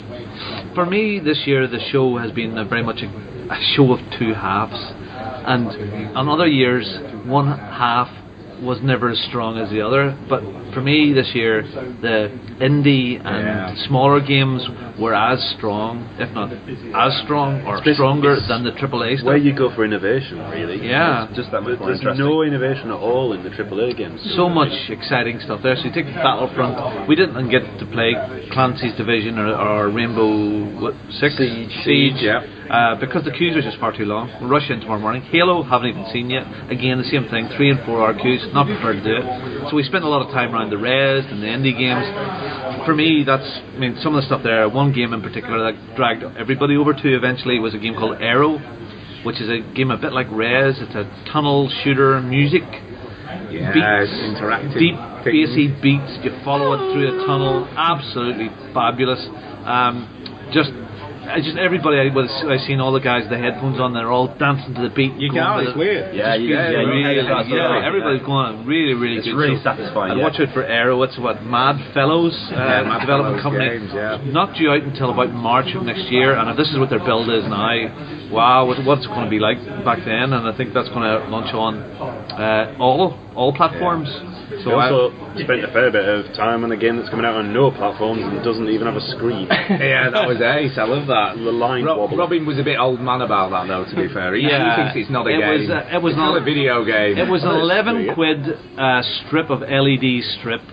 Speaker 2: For me, this year the show has been a very much a, a show of two halves, and on other years, one half was never as strong as the other. But for me this year, the indie and
Speaker 4: Yeah.
Speaker 2: smaller games were as strong, if not as strong or
Speaker 6: It's-
Speaker 2: stronger
Speaker 6: it's
Speaker 2: than the AAA
Speaker 6: Where
Speaker 2: stuff.
Speaker 6: you go for innovation, really.
Speaker 2: Yeah.
Speaker 6: It's just that much
Speaker 7: But
Speaker 6: more
Speaker 7: There's
Speaker 6: interesting.
Speaker 7: no innovation at all in the AAA games.
Speaker 2: So much exciting stuff there. So you take Battlefront. We didn't get to play Clancy's Division or, or Rainbow what, Six Siege,
Speaker 4: yeah.
Speaker 2: uh, because the queues are just far too long. We'll rush in tomorrow morning. Halo haven't even seen yet. Again, the same thing. Three and four hour queues. Not prepared to do it. So we spent a lot of time around the res and the indie games. For me, that's I mean some of the stuff there. One game in particular that dragged everybody over to eventually was a game called Arrow, which is a game a bit like Res. It's a tunnel shooter music
Speaker 4: Yeah,
Speaker 2: beats,
Speaker 4: interactive
Speaker 2: deep
Speaker 4: thing.
Speaker 2: bassy beats. You follow it through a tunnel. Absolutely fabulous. Um, just. I just everybody I was I seen all the guys with the headphones on they're all dancing to the beat.
Speaker 4: You
Speaker 2: going
Speaker 4: can,
Speaker 2: with it.
Speaker 4: it's weird.
Speaker 2: It
Speaker 6: Yeah,
Speaker 2: just
Speaker 6: you-
Speaker 2: feels
Speaker 6: yeah, you
Speaker 2: really-
Speaker 6: can, that's
Speaker 2: yeah,
Speaker 6: right,
Speaker 2: everybody's
Speaker 6: yeah.
Speaker 2: going really really
Speaker 6: It's
Speaker 2: good.
Speaker 6: really
Speaker 2: so- And
Speaker 6: satisfying, yeah.
Speaker 2: watch out for Arrow. It's what Mad Fellows uh,
Speaker 4: Mad
Speaker 2: development
Speaker 4: Fellows
Speaker 2: company.
Speaker 4: games, yeah.
Speaker 2: Not due out until about March of next year, and if this is what their build is now, wow, what- what's it going to be like back then? And I think that's going to launch on uh, all all platforms. So uh,
Speaker 7: They
Speaker 2: I-
Speaker 7: also spent a fair bit of time on a game that's coming out on no platforms and doesn't even have a screen.
Speaker 4: yeah, that was ace. I love that.
Speaker 7: The line
Speaker 4: Rob-
Speaker 7: wobble.
Speaker 4: Robin was a bit old man about that, though. To be fair, he, he
Speaker 2: Yeah.
Speaker 4: thinks it's not a
Speaker 2: It
Speaker 4: game.
Speaker 2: was, uh, it was
Speaker 4: It's not,
Speaker 2: not-
Speaker 4: a video game.
Speaker 2: It was an
Speaker 4: Well, it's
Speaker 2: 11
Speaker 4: weird.
Speaker 2: quid uh, strip of LED strip,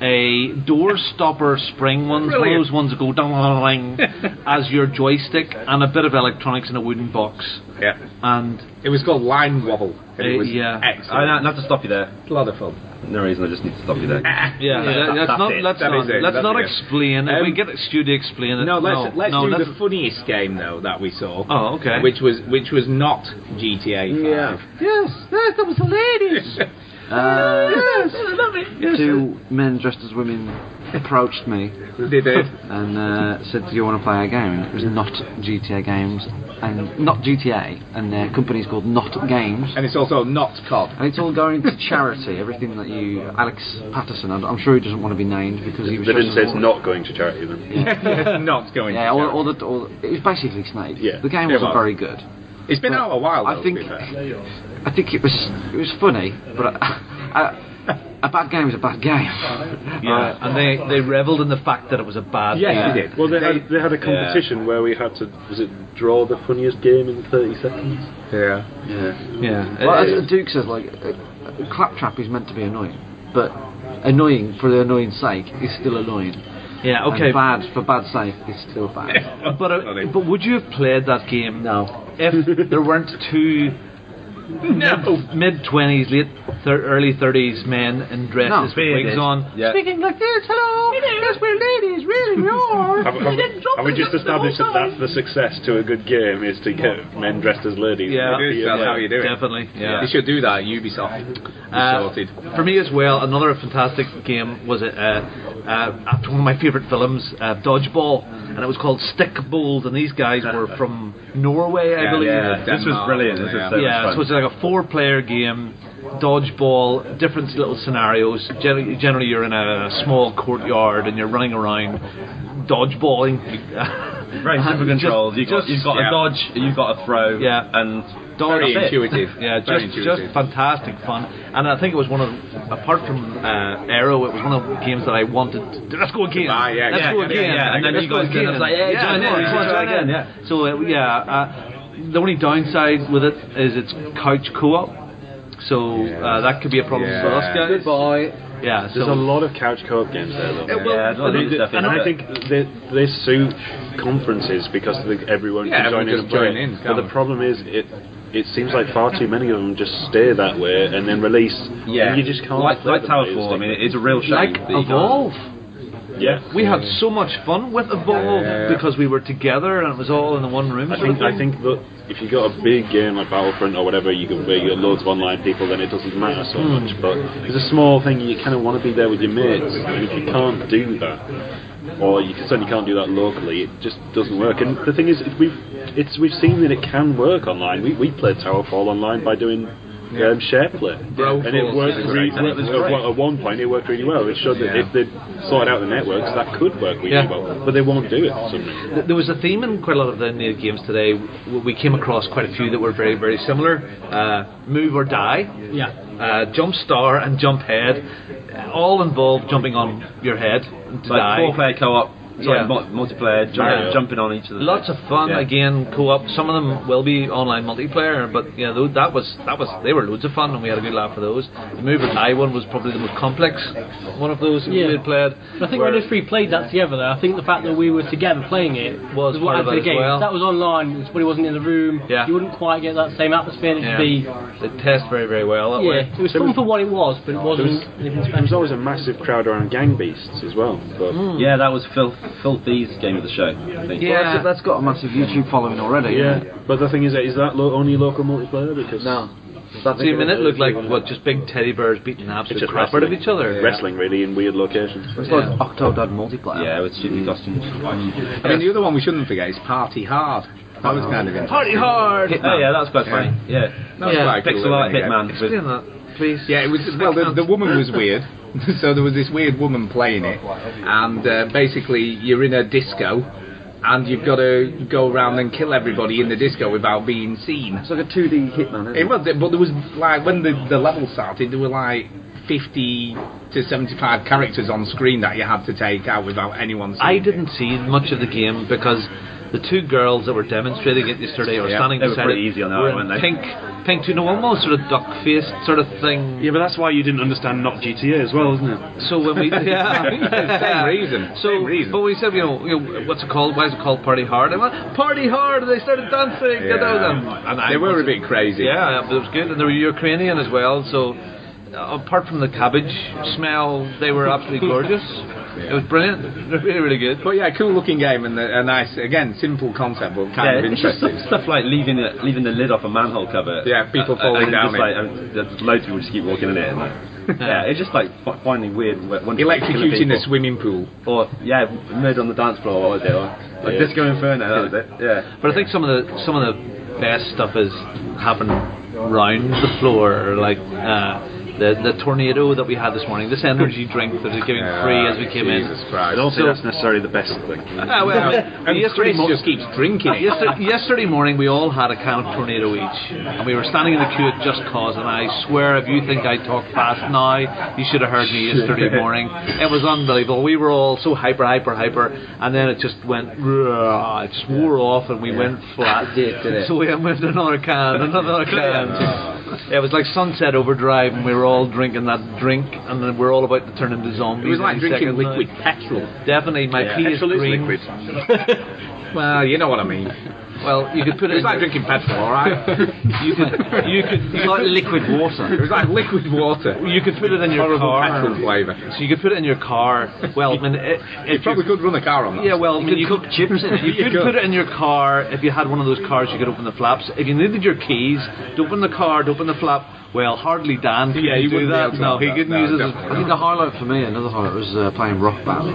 Speaker 2: a door stopper spring ones, one of
Speaker 4: Brilliant.
Speaker 2: those ones that go dong dong dong as your joystick, and a bit of electronics in a wooden box.
Speaker 4: Yeah,
Speaker 2: And
Speaker 4: it was called Line Wobble. and
Speaker 2: Uh,
Speaker 4: it was
Speaker 2: yeah.
Speaker 6: I
Speaker 4: excellent.
Speaker 6: don't have to stop you there.
Speaker 4: A lot of fun.
Speaker 6: No reason. I just need to stop you there.
Speaker 2: yeah, that-
Speaker 6: that's
Speaker 2: that's not,
Speaker 6: it,
Speaker 2: let's
Speaker 4: that
Speaker 2: not,
Speaker 4: is it,
Speaker 2: let's
Speaker 4: that's
Speaker 2: not
Speaker 4: it.
Speaker 2: explain. if we
Speaker 4: Um,
Speaker 2: get Stu to explain it.
Speaker 4: No, let's let's
Speaker 2: Uh, no,
Speaker 4: do
Speaker 2: that's-
Speaker 4: the funniest game though that we saw.
Speaker 2: Oh, okay.
Speaker 4: Which was which was not GTA 5.
Speaker 5: Yes, yes, that was hilarious. Uh, two men dressed as women approached me
Speaker 4: They did.
Speaker 5: and uh, said, "Do you want to play a game?" And it was not GTA games, and not GTA, and their company's called Not Games.
Speaker 4: and it's also not COD.
Speaker 5: And it's all going to charity. Everything that you, Alex Patterson, I'm, I'm sure he doesn't want to be named because he was.
Speaker 7: they didn't
Speaker 5: just-
Speaker 7: say it's not going to charity then.
Speaker 4: not going.
Speaker 5: Yeah,
Speaker 4: to
Speaker 5: all,
Speaker 4: charity.
Speaker 5: all the, all, it was basically Snake.
Speaker 7: Yeah,
Speaker 5: the game
Speaker 4: it
Speaker 5: wasn't
Speaker 4: was.
Speaker 5: very good.
Speaker 4: it's been
Speaker 5: but
Speaker 4: out a while.
Speaker 5: I
Speaker 4: Though,
Speaker 5: think-
Speaker 4: To be fair.
Speaker 5: I think it was it was funny, but I, I, a bad game is a bad game.
Speaker 2: yeah,
Speaker 5: Uh,
Speaker 2: and they, they revelled in the fact that it was a bad thing.
Speaker 4: Yes, they did.
Speaker 7: Well, they had, they had a competition where we had to was it draw the funniest game in 30 seconds?
Speaker 4: Yeah.
Speaker 2: Yeah.
Speaker 5: well,
Speaker 2: It-
Speaker 5: as Duke says, like uh, claptrap is meant to be annoying, but annoying for the annoying sake is still annoying.
Speaker 2: yeah,
Speaker 5: And
Speaker 2: okay.
Speaker 5: bad for bad sake is still bad.
Speaker 2: But,
Speaker 4: Oh,
Speaker 2: uh, but would you have played that game now if there weren't two mid twenties, late thir- early thirties men in
Speaker 5: No.
Speaker 2: dresses with wigs on?
Speaker 6: Yeah.
Speaker 2: Speaking like this, hello, yes, we're ladies, really, we are.
Speaker 7: Have, have, have we just established that that's the success to a good game is to get men dressed as ladies?
Speaker 2: Yeah.
Speaker 4: It is,
Speaker 7: Maybe,
Speaker 4: that's how you do it.
Speaker 2: Definitely, yeah.
Speaker 4: They should do that. Ubisoft. They
Speaker 2: Uh,
Speaker 4: sorted.
Speaker 2: For me as well, another fantastic game was it, uh, uh, after one of my favourite films, uh, Dodgeball, and it was called Stickbold, and these guys were from Norway, I
Speaker 4: Yeah,
Speaker 2: believe.
Speaker 4: yeah,
Speaker 6: This was
Speaker 4: Denmark,
Speaker 6: brilliant. This was
Speaker 4: yeah.
Speaker 6: so much
Speaker 2: yeah,
Speaker 6: fun.
Speaker 2: so it's like a four-player game, dodgeball, different little scenarios. Generally, generally you're in a small courtyard and you're running around, dodgeballing.
Speaker 6: Very simple
Speaker 2: And just-
Speaker 6: controls. You've got,
Speaker 2: just-
Speaker 6: you've got
Speaker 4: yeah.
Speaker 6: a dodge, you've got a throw,
Speaker 2: Yeah.
Speaker 6: and
Speaker 2: Dodge-
Speaker 4: Very
Speaker 6: That's it.
Speaker 4: intuitive.
Speaker 2: Yeah,
Speaker 4: Very
Speaker 2: just
Speaker 4: intuitive.
Speaker 2: just fantastic fun, and I think it was one of, apart from uh, Arrow, it was one of the games that I wanted. Let's go again.
Speaker 4: Ah, yeah,
Speaker 2: let's
Speaker 4: yeah,
Speaker 2: go
Speaker 4: yeah,
Speaker 2: again.
Speaker 4: yeah,
Speaker 6: and then
Speaker 2: Let's
Speaker 6: you
Speaker 2: go
Speaker 6: guys did it.
Speaker 2: again.
Speaker 6: It's like, yeah, join
Speaker 2: come
Speaker 6: in,
Speaker 2: on,
Speaker 6: let's
Speaker 2: come on,
Speaker 6: try
Speaker 2: join in.
Speaker 6: again, yeah.
Speaker 2: So uh, yeah, uh, the only downside with it is it's couch co-op, so uh, that could be a problem for us
Speaker 4: Yeah.
Speaker 2: guys.
Speaker 5: Goodbye.
Speaker 2: Yeah,
Speaker 7: There's
Speaker 2: so
Speaker 7: a lot of couch co-op games there though.
Speaker 2: well,
Speaker 6: Yeah, there's a lot of
Speaker 2: and-
Speaker 6: stuff in
Speaker 2: and I
Speaker 6: it.
Speaker 7: And I
Speaker 6: Yeah.
Speaker 7: think they, they suit conferences because the, everyone
Speaker 4: Yeah,
Speaker 7: can join
Speaker 4: everyone
Speaker 7: in
Speaker 4: just
Speaker 7: and play.
Speaker 4: join in,
Speaker 7: but
Speaker 4: can't
Speaker 7: the
Speaker 4: we?
Speaker 7: problem is, it it seems like far too many of them just stay that way and then release.
Speaker 6: yeah,
Speaker 7: and you just can't.
Speaker 6: like,
Speaker 7: play
Speaker 6: like
Speaker 7: them.
Speaker 6: Tower
Speaker 7: It's
Speaker 6: Fall. I
Speaker 7: like-
Speaker 6: mean, it's a real shame.
Speaker 5: Like
Speaker 6: that you can't-
Speaker 5: evolve.
Speaker 7: yeah.
Speaker 2: we had so much fun with Evolve because we were together and it was all in the one room.
Speaker 7: I
Speaker 2: sort of
Speaker 7: think I
Speaker 2: thing.
Speaker 7: think that if you got a big game like Battlefront or whatever, you can where you got loads of online people, then it doesn't matter so
Speaker 4: Hmm.
Speaker 7: much. But it's a small thing. You kind of want to be there with your mates, and if you can't do that, or you certainly can't do that locally, it just doesn't work. And the thing is, we've it's we've seen that it can work online. We we played Towerfall online by doing um, SharePlay,
Speaker 4: Bro
Speaker 7: and it
Speaker 4: Force
Speaker 7: worked.
Speaker 4: is a
Speaker 7: Re-
Speaker 4: great
Speaker 7: worked
Speaker 4: example.
Speaker 7: at, one, at one point, it worked really well. It showed that
Speaker 4: Yeah.
Speaker 7: if they sorted out the networks, that could work really
Speaker 2: Yeah.
Speaker 7: well. But they won't do it for some reason.
Speaker 2: Th- There was a theme in quite a lot of the new games today. W- We came across quite a few that were very, very similar. Uh, move or die,
Speaker 8: Yeah.
Speaker 2: uh, jump star, and jump head, uh, all involved jumping on your head to
Speaker 6: like
Speaker 2: die.
Speaker 6: four-player co-op, sorry,
Speaker 2: Yeah.
Speaker 6: mul- multiplayer, jump,
Speaker 2: Mario.
Speaker 6: jumping on each of the
Speaker 2: Lots of fun
Speaker 6: Yeah.
Speaker 2: again, co-op. Some of them will be online multiplayer, but you know tho- that was that was they were loads of fun, and we had a good laugh with those. The Move or Die one was probably the most complex one of those that we
Speaker 8: Yeah.
Speaker 2: had played.
Speaker 8: I think
Speaker 2: where-
Speaker 8: when we three played that together, though, I think the fact that we were together playing it
Speaker 2: Was
Speaker 8: what
Speaker 2: part of
Speaker 8: added to
Speaker 2: it
Speaker 8: the
Speaker 2: as
Speaker 8: game.
Speaker 2: well.
Speaker 8: If that was online, somebody wasn't in the room,
Speaker 2: Yeah.
Speaker 8: you wouldn't quite get that same atmosphere. and It'd
Speaker 2: yeah,
Speaker 8: be
Speaker 2: they test very very well that way.
Speaker 8: yeah, it was fun for what it was, but it wasn't
Speaker 7: was-
Speaker 8: anything
Speaker 7: There was
Speaker 8: special.
Speaker 7: always a massive crowd around Gang Beasts as well. But
Speaker 6: Yeah, that was Phil Phil B's game of the show. I think.
Speaker 5: Well, that's, that's got a massive YouTube following already.
Speaker 7: yeah, but the thing is, that is that lo- only local multiplayer? Because
Speaker 5: No. That's
Speaker 2: See, I mean, it looked like what just big teddy bears beating the absolute
Speaker 7: just
Speaker 2: crap out of
Speaker 7: wrestling.
Speaker 2: each other.
Speaker 7: wrestling really in weird locations.
Speaker 5: It's like Octodad multiplayer.
Speaker 6: Yeah, with shooting costumes.
Speaker 4: I mean, the other one we shouldn't forget is Party Hard. That was kind of interesting.
Speaker 2: Party hard.
Speaker 6: Oh yeah, that was quite funny. Yeah,
Speaker 4: That was quite a cool
Speaker 6: pixel art
Speaker 4: little game.
Speaker 6: Hitman. with-
Speaker 2: Explain that, please.
Speaker 4: Yeah, it was. Well, the, the woman was weird. so there was this weird woman playing it, and uh, basically you're in a disco, and you've got to go around and kill everybody in the disco without being seen.
Speaker 5: It's like a 2D Hitman,
Speaker 4: It
Speaker 5: isn't it?
Speaker 4: was, but there was like when the the level started, there were like fifty to seventy five characters on screen that you had to take out without anyone. Seeing
Speaker 2: I
Speaker 4: you.
Speaker 2: didn't see much of the game because the two girls that were demonstrating it yesterday or
Speaker 4: Yeah,
Speaker 2: standing
Speaker 6: they were
Speaker 2: beside
Speaker 6: pretty
Speaker 2: it
Speaker 6: easy on that
Speaker 2: were
Speaker 6: one,
Speaker 2: in
Speaker 6: weren't they?
Speaker 2: pink, pink, you know, almost sort of duck faced sort of thing.
Speaker 7: Yeah, but that's why you didn't understand not GTA as well, isn't it?
Speaker 2: So when we yeah,
Speaker 4: Same reason,
Speaker 2: So
Speaker 4: same reason.
Speaker 2: but we said, you know, you know, what's it called? Why is it called Party Hard? And I went, Party Hard. And they started dancing.
Speaker 4: Yeah.
Speaker 2: You know, and, and I
Speaker 4: They were a
Speaker 2: wasn't-
Speaker 4: bit crazy.
Speaker 2: Yeah, but it was good, and they were Ukrainian as well. So, uh, apart from the cabbage smell, they were absolutely gorgeous. It was brilliant. Really, really good.
Speaker 4: But yeah, cool looking game and a, a nice, again, simple concept, but kind
Speaker 6: Yeah,
Speaker 4: of
Speaker 6: it's just stuff,
Speaker 4: interesting.
Speaker 6: stuff like leaving the, leaving the lid off a manhole cover.
Speaker 4: Yeah, people falling
Speaker 6: and
Speaker 4: down
Speaker 6: Just
Speaker 4: it.
Speaker 6: like, and there's loads of people just keep walking in it. And like, yeah, it's just like f- finding weird, w- wonderful
Speaker 4: Electrocuting
Speaker 6: the
Speaker 4: a swimming pool.
Speaker 6: or yeah, murder on the dance floor. What was it? Or, like
Speaker 4: Yeah.
Speaker 6: Disco Inferno. That was it. Yeah.
Speaker 2: But I think some of the some of the best stuff is happened round the floor, like uh, the the tornado that we had this morning. This energy drink that was giving free as we came
Speaker 4: Jesus
Speaker 2: in.
Speaker 4: Christ.
Speaker 7: I don't think that's necessarily the best thing.
Speaker 6: Um,
Speaker 2: Ah, well,
Speaker 4: And
Speaker 2: yesterday,
Speaker 4: Chris just keeps drinking it.
Speaker 2: yesterday, yesterday morning we all had a can of tornado each, and we were standing in the queue at Just Cause, and I swear if you think I talk fast now, you should have heard me yesterday morning. It was unbelievable. We were all so hyper, hyper, hyper, and then it just went, "Rah," it just wore off, and we went flat.
Speaker 5: did, did it?
Speaker 2: So we went another can, another can. It was like sunset overdrive, and we were all drinking that drink, and then we're all about to turn into zombies.
Speaker 4: It was like
Speaker 2: any
Speaker 4: drinking
Speaker 2: second now.
Speaker 4: liquid petrol.
Speaker 2: Definitely, my pee is
Speaker 7: Actually, it's
Speaker 2: green.
Speaker 7: liquid.
Speaker 4: Well, you know what I mean.
Speaker 2: Well, you could put it.
Speaker 4: It was
Speaker 2: in
Speaker 4: like
Speaker 2: your-
Speaker 4: drinking petrol, alright?
Speaker 2: You could, you could, you
Speaker 5: It's like liquid
Speaker 4: It
Speaker 5: water.
Speaker 4: was like liquid water.
Speaker 2: could, you could put it in your
Speaker 4: Horrible
Speaker 2: car.
Speaker 4: petrol flavour.
Speaker 2: So you could put it in your car. Well, I mean, it,
Speaker 4: You
Speaker 2: if
Speaker 4: probably
Speaker 2: you,
Speaker 4: could run a car on that.
Speaker 2: yeah, well, I mean, you could cook
Speaker 5: chips in it.
Speaker 2: You
Speaker 4: You
Speaker 2: could
Speaker 4: could.
Speaker 2: put it in your car if you had one of those cars. You could open the flaps. If you needed your keys to open the car, to open the flap. Well, hardly Dan could
Speaker 4: Yeah, he
Speaker 2: do
Speaker 4: wouldn't
Speaker 2: that.
Speaker 4: be
Speaker 2: no,
Speaker 4: able to do
Speaker 2: he
Speaker 4: that.
Speaker 2: couldn't
Speaker 4: No,
Speaker 2: use it.
Speaker 4: definitely
Speaker 5: I think the highlight for me, another highlight, was uh, playing Rock Band.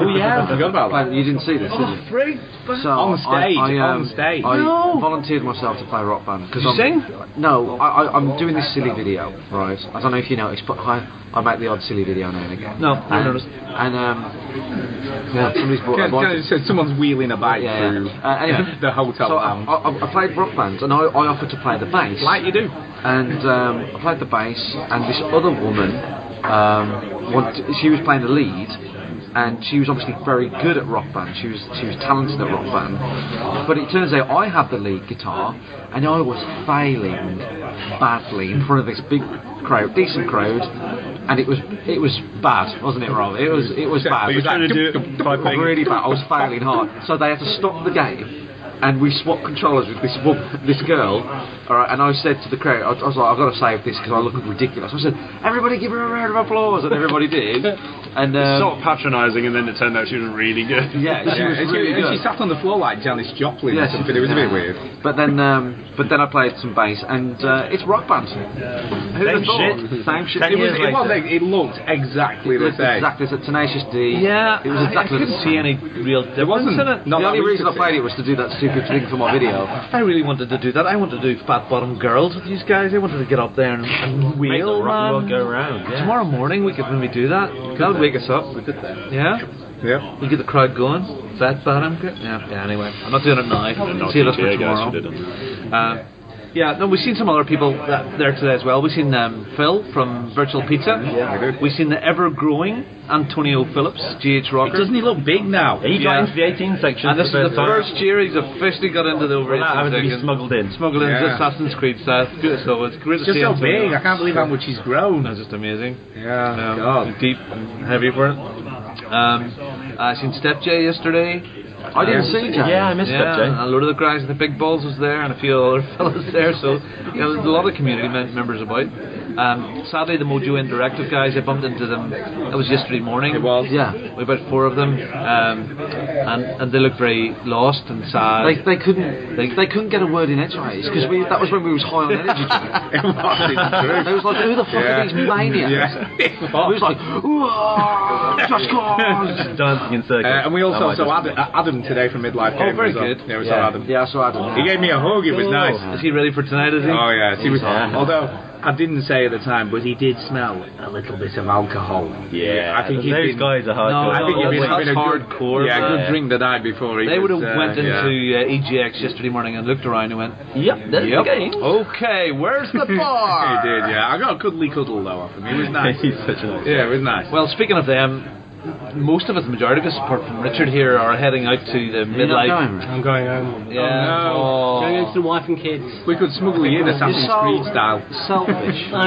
Speaker 4: Oh yeah, I forgot about that.
Speaker 5: Like, you didn't see this, did you? So
Speaker 4: On stage,
Speaker 5: I, I, um,
Speaker 4: on stage.
Speaker 5: I
Speaker 2: No.
Speaker 5: volunteed myself to play rock band. Cause
Speaker 2: You
Speaker 5: I'm,
Speaker 2: sing?
Speaker 5: No, I, I, I'm doing this silly video, right? I don't know if you noticed, but I, I make the odd silly video now and again.
Speaker 2: No, I
Speaker 5: and,
Speaker 2: noticed.
Speaker 5: And um, yeah, somebody's bought a
Speaker 4: Can-
Speaker 5: bike.
Speaker 4: can- so someone's wheeling a bike
Speaker 5: Yeah,
Speaker 4: through
Speaker 5: yeah. Uh, anyway,
Speaker 4: the hotel
Speaker 5: so I,
Speaker 4: lounge.
Speaker 5: I, I played rock band, and I, I offered to play the bass
Speaker 4: Like you do.
Speaker 5: and um, I played the bass, and this other woman, um, wanted, she was playing the lead, and she was obviously very good at rock band. She was she was talented at rock band, but it turns out I had the lead guitar, and I was failing badly in front of this big crowd, decent crowd, and it was it was bad, wasn't it, Rob? It was it was bad.
Speaker 4: But you're
Speaker 5: It was
Speaker 4: trying to do it by
Speaker 5: was really bad. I was failing hard. So they had to stop the game, and we swapped controllers with this woman, this girl. All right, and I said to the crowd, I, I was like, I've got to save this because I look ridiculous. I said, everybody give her a round of applause, and everybody did. And um,
Speaker 7: sort of patronising, and then it turned out she was really good.
Speaker 5: yeah,
Speaker 4: Yeah,
Speaker 5: she was
Speaker 4: and she,
Speaker 5: really
Speaker 4: and
Speaker 5: good.
Speaker 4: she sat on the floor like Janis Joplin
Speaker 5: Yeah,
Speaker 4: or something. It was a bit
Speaker 5: yeah.
Speaker 4: weird.
Speaker 5: But then, um, but then I played some bass, and uh, it's rock band. Who'd have thought? Same shit.
Speaker 4: It, was, it, was, it looked exactly
Speaker 5: It
Speaker 4: the
Speaker 5: looked
Speaker 4: same.
Speaker 5: exactly it's a Tenacious D.
Speaker 2: Yeah,
Speaker 5: it was
Speaker 2: I, I
Speaker 5: exactly the
Speaker 2: couldn't see any
Speaker 5: same.
Speaker 2: real difference
Speaker 4: wasn't.
Speaker 2: in it.
Speaker 4: Not
Speaker 5: the
Speaker 4: that
Speaker 5: only
Speaker 4: we
Speaker 5: reason
Speaker 4: could
Speaker 5: I
Speaker 4: see.
Speaker 5: played it was to do that good thing for my video.
Speaker 2: I really wanted to do that. I wanted to do Fat Bottom Girls with these guys. I wanted to get up there and, and wheel, man.
Speaker 6: world go round, yeah.
Speaker 2: Tomorrow morning we could maybe do that. That would wake us up. We could then. Yeah?
Speaker 4: Yeah.
Speaker 2: We get the crowd going. Fat Bottom Girls. Yeah, yeah, anyway. I'm not doing it now. See you later for tomorrow. Uh, yeah, no, we've seen some other people that, there today as well. We've seen um, Phil from Virtual Pizza. Yeah, we We've seen the ever-growing Antonio Phillips, GH Rocker.
Speaker 6: Doesn't he look big now? He
Speaker 2: Yeah.
Speaker 6: got into the 18 section.
Speaker 2: And this is
Speaker 6: for
Speaker 2: the
Speaker 6: time.
Speaker 2: first year he's officially got into the over 18
Speaker 6: Without having to be
Speaker 2: section.
Speaker 6: smuggled in.
Speaker 2: Smuggled in
Speaker 4: Yeah.
Speaker 2: Assassin's Creed style. It's good, so it's great to
Speaker 4: Just
Speaker 2: see
Speaker 4: so
Speaker 2: him.
Speaker 4: big. I can't believe how much he's grown.
Speaker 2: That's just amazing.
Speaker 4: Yeah.
Speaker 2: Um,
Speaker 4: God.
Speaker 2: Deep and heavy for it. Um, I seen Step J yesterday.
Speaker 5: I didn't see James.
Speaker 6: Yeah, I missed
Speaker 2: yeah,
Speaker 6: that, Jay.
Speaker 2: and a lot of the guys, the big balls was there, and a few other fellas there. So yeah, there was a lot of community mem- members about. Um, sadly, the Mojo Interactive guys, I bumped into them. That was yesterday morning. It was.
Speaker 5: Yeah.
Speaker 2: We about four of them, um, and and they looked very lost and sad.
Speaker 5: They, they couldn't they, they couldn't get a word in edgeways because we that was when we was high on energy.
Speaker 4: It was, it's true.
Speaker 5: They was like, who the fuck
Speaker 4: Yeah.
Speaker 5: are these maniacs? We was like, "Whoa, Josh Gordon."
Speaker 6: Dancing in circles.
Speaker 4: Uh, and we also
Speaker 6: That
Speaker 4: saw
Speaker 6: might
Speaker 4: Adam, Adam today from Midlife Gaming
Speaker 2: very
Speaker 4: as well.
Speaker 2: good.
Speaker 4: Yeah, we saw
Speaker 5: Yeah,
Speaker 4: Adam.
Speaker 5: yeah, Oh. I saw Adam.
Speaker 4: He gave me a hug. It was nice.
Speaker 2: Is he ready for tonight? Is he?
Speaker 4: Oh yeah, he was.
Speaker 6: Oh, Yeah.
Speaker 4: Although I didn't say at the time, but he did smell a little bit of alcohol.
Speaker 6: just- yeah,
Speaker 4: I think he'd
Speaker 6: those
Speaker 4: been-
Speaker 6: guys are hard.
Speaker 2: No,
Speaker 4: I think
Speaker 2: no,
Speaker 4: he'd been
Speaker 2: that's
Speaker 4: having a good,
Speaker 2: hardcore, uh,
Speaker 4: yeah, a
Speaker 6: man.
Speaker 4: good drink the night before. He
Speaker 2: They would
Speaker 4: was,
Speaker 2: have
Speaker 4: uh,
Speaker 2: went into
Speaker 4: yeah.
Speaker 2: uh, EGX yesterday morning and looked around and went,
Speaker 6: Yep, that's
Speaker 2: "Yep,
Speaker 6: the game.
Speaker 2: okay, where's the
Speaker 4: he
Speaker 2: bar?"
Speaker 4: did, yeah. I got a cuddly cuddle though off him. He was nice.
Speaker 6: He's such a nice
Speaker 4: yeah, it was nice.
Speaker 2: Well, speaking of them, most of us, the majority of us, apart from Richard here, are heading out to the midlife.
Speaker 9: I'm going home.
Speaker 2: Yeah.
Speaker 4: Oh,
Speaker 8: Going into the wife and kids.
Speaker 4: we could smuggle you in Assassin's
Speaker 5: so-
Speaker 4: Creed style.
Speaker 5: Selfish.
Speaker 8: I
Speaker 2: Oh,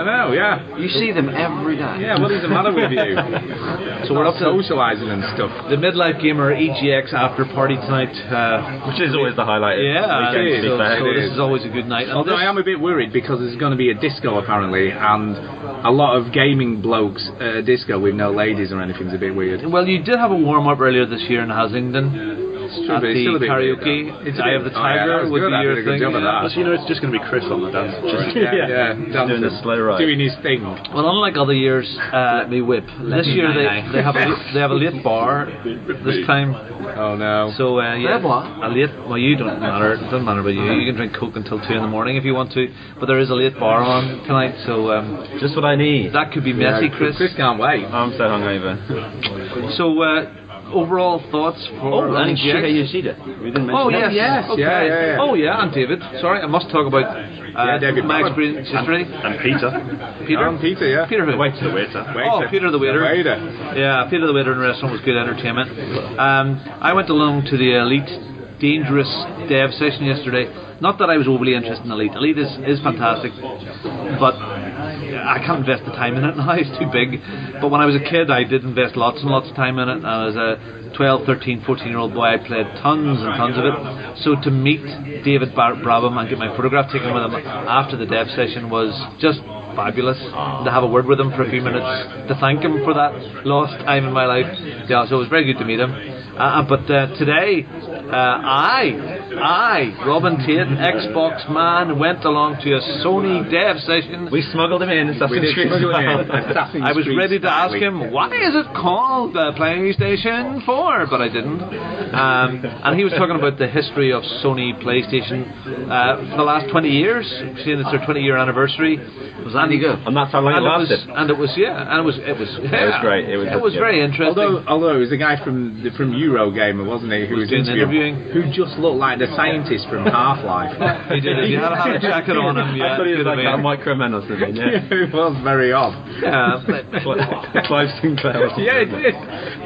Speaker 4: I know, yeah.
Speaker 5: You see them every day.
Speaker 4: Yeah, what is the matter with you?
Speaker 2: So we're up to
Speaker 4: socialising and stuff.
Speaker 2: the midlife gamer EGX after party tonight. Uh,
Speaker 6: Which is always the highlight. of
Speaker 2: yeah,
Speaker 6: the weekend, to be
Speaker 2: so,
Speaker 6: fair.
Speaker 2: so
Speaker 4: It
Speaker 2: this
Speaker 4: is.
Speaker 2: is always a good night. And
Speaker 4: Although
Speaker 2: this-
Speaker 4: I am a bit worried because there's going to be a disco apparently, and a lot of gaming blokes at a disco with no ladies or anything's a bit weird.
Speaker 2: Well, you did have a warm up earlier this year in Haslingden at
Speaker 4: but
Speaker 2: the
Speaker 4: it's still a bit weird,
Speaker 2: karaoke.
Speaker 4: though. It's a
Speaker 2: Eye
Speaker 4: bit-
Speaker 2: of the
Speaker 4: oh, yeah, that
Speaker 2: Tiger
Speaker 4: was
Speaker 2: would
Speaker 4: good.
Speaker 2: be
Speaker 4: I
Speaker 2: your
Speaker 4: did a good
Speaker 2: thing.
Speaker 4: job of that.
Speaker 7: Plus, you know, it's just going to be Chris on the dance floor. isn't it?
Speaker 4: Yeah, yeah,
Speaker 6: Doing the
Speaker 4: dancing.
Speaker 6: slow ride.
Speaker 4: Doing his thing.
Speaker 2: Well, unlike other years, uh,
Speaker 5: Let me whip. Let
Speaker 2: this
Speaker 5: me
Speaker 2: year they,
Speaker 5: nay-nay.
Speaker 2: they have a they have a late bar this time.
Speaker 4: Oh no.
Speaker 2: So uh, yeah,
Speaker 5: They have what?
Speaker 2: a late. Well, you don't matter. It doesn't matter about you. You can drink coke until two in the morning if you want to. But there is a late bar on tonight, so um,
Speaker 6: Just what I need.
Speaker 2: that could be messy, Chris.
Speaker 4: Chris can't wait.
Speaker 6: I'm so hungover.
Speaker 2: So uh, overall thoughts for
Speaker 6: and
Speaker 2: Lions Jets?
Speaker 6: Shigeru Yoshida. We didn't mention
Speaker 2: Oh yes,
Speaker 6: him.
Speaker 4: Yes,
Speaker 2: okay.
Speaker 4: yeah, yeah, yeah.
Speaker 2: Oh yeah, and David. Sorry, I must talk about uh,
Speaker 4: Yeah, David.
Speaker 2: my experience yesterday.
Speaker 7: And Peter,
Speaker 2: Peter,
Speaker 4: Um, Peter, yeah.
Speaker 2: Peter who?
Speaker 7: wait the waiter.
Speaker 2: Oh, Peter the waiter.
Speaker 4: Waiter.
Speaker 2: Yeah, Peter the Waiter in the restaurant was good entertainment. Um, I went along to the Elite Dangerous Dev session yesterday. Not that I was overly interested in Elite. Elite is, is fantastic, but I can't invest the time in it now. It's too big. But when I was a kid, I did invest lots and lots of time in it. And as a 12, 13, 14 year old boy, I played tons and tons of it. So to meet David Bar- Brabham and get my photograph taken with him after the dev session was just fabulous to have a word with him for a few minutes to thank him for that lost time in my life. Yeah, so it was very good to meet him. Uh, uh, but uh, today, uh, I, I, Robin Tate, Xbox man, went along to a Sony dev session.
Speaker 6: We smuggled him in.
Speaker 4: We
Speaker 6: Assassin's
Speaker 4: did
Speaker 6: Creed.
Speaker 4: smuggle him in. Assassin's
Speaker 2: I was
Speaker 4: Creed
Speaker 2: ready to ask
Speaker 4: style.
Speaker 2: him why is it called uh, PlayStation 4, but I didn't. Um, and he was talking about the history of Sony PlayStation uh, for the last 20 years, seeing it's their 20 year anniversary. Was
Speaker 5: Andy good?
Speaker 6: And that's how long it
Speaker 2: and it was,
Speaker 6: lasted.
Speaker 2: and it was yeah, and it was it was yeah.
Speaker 6: was great. It was- yeah.
Speaker 2: very interesting.
Speaker 4: Although, although it was the guy from the, from Eurogamer, wasn't he, who
Speaker 2: Was
Speaker 4: was,
Speaker 2: doing the
Speaker 4: interviewing, who just looked like the scientist from Half Life.
Speaker 2: he did it. He had, had a jacket on him. Yeah,
Speaker 6: I thought he was
Speaker 2: could have
Speaker 6: like
Speaker 2: been.
Speaker 6: that microman or something. Yeah.
Speaker 4: it was very odd.
Speaker 2: Yeah, but-
Speaker 6: Cli- Clive Sinclair. or something.
Speaker 4: Yeah, it did.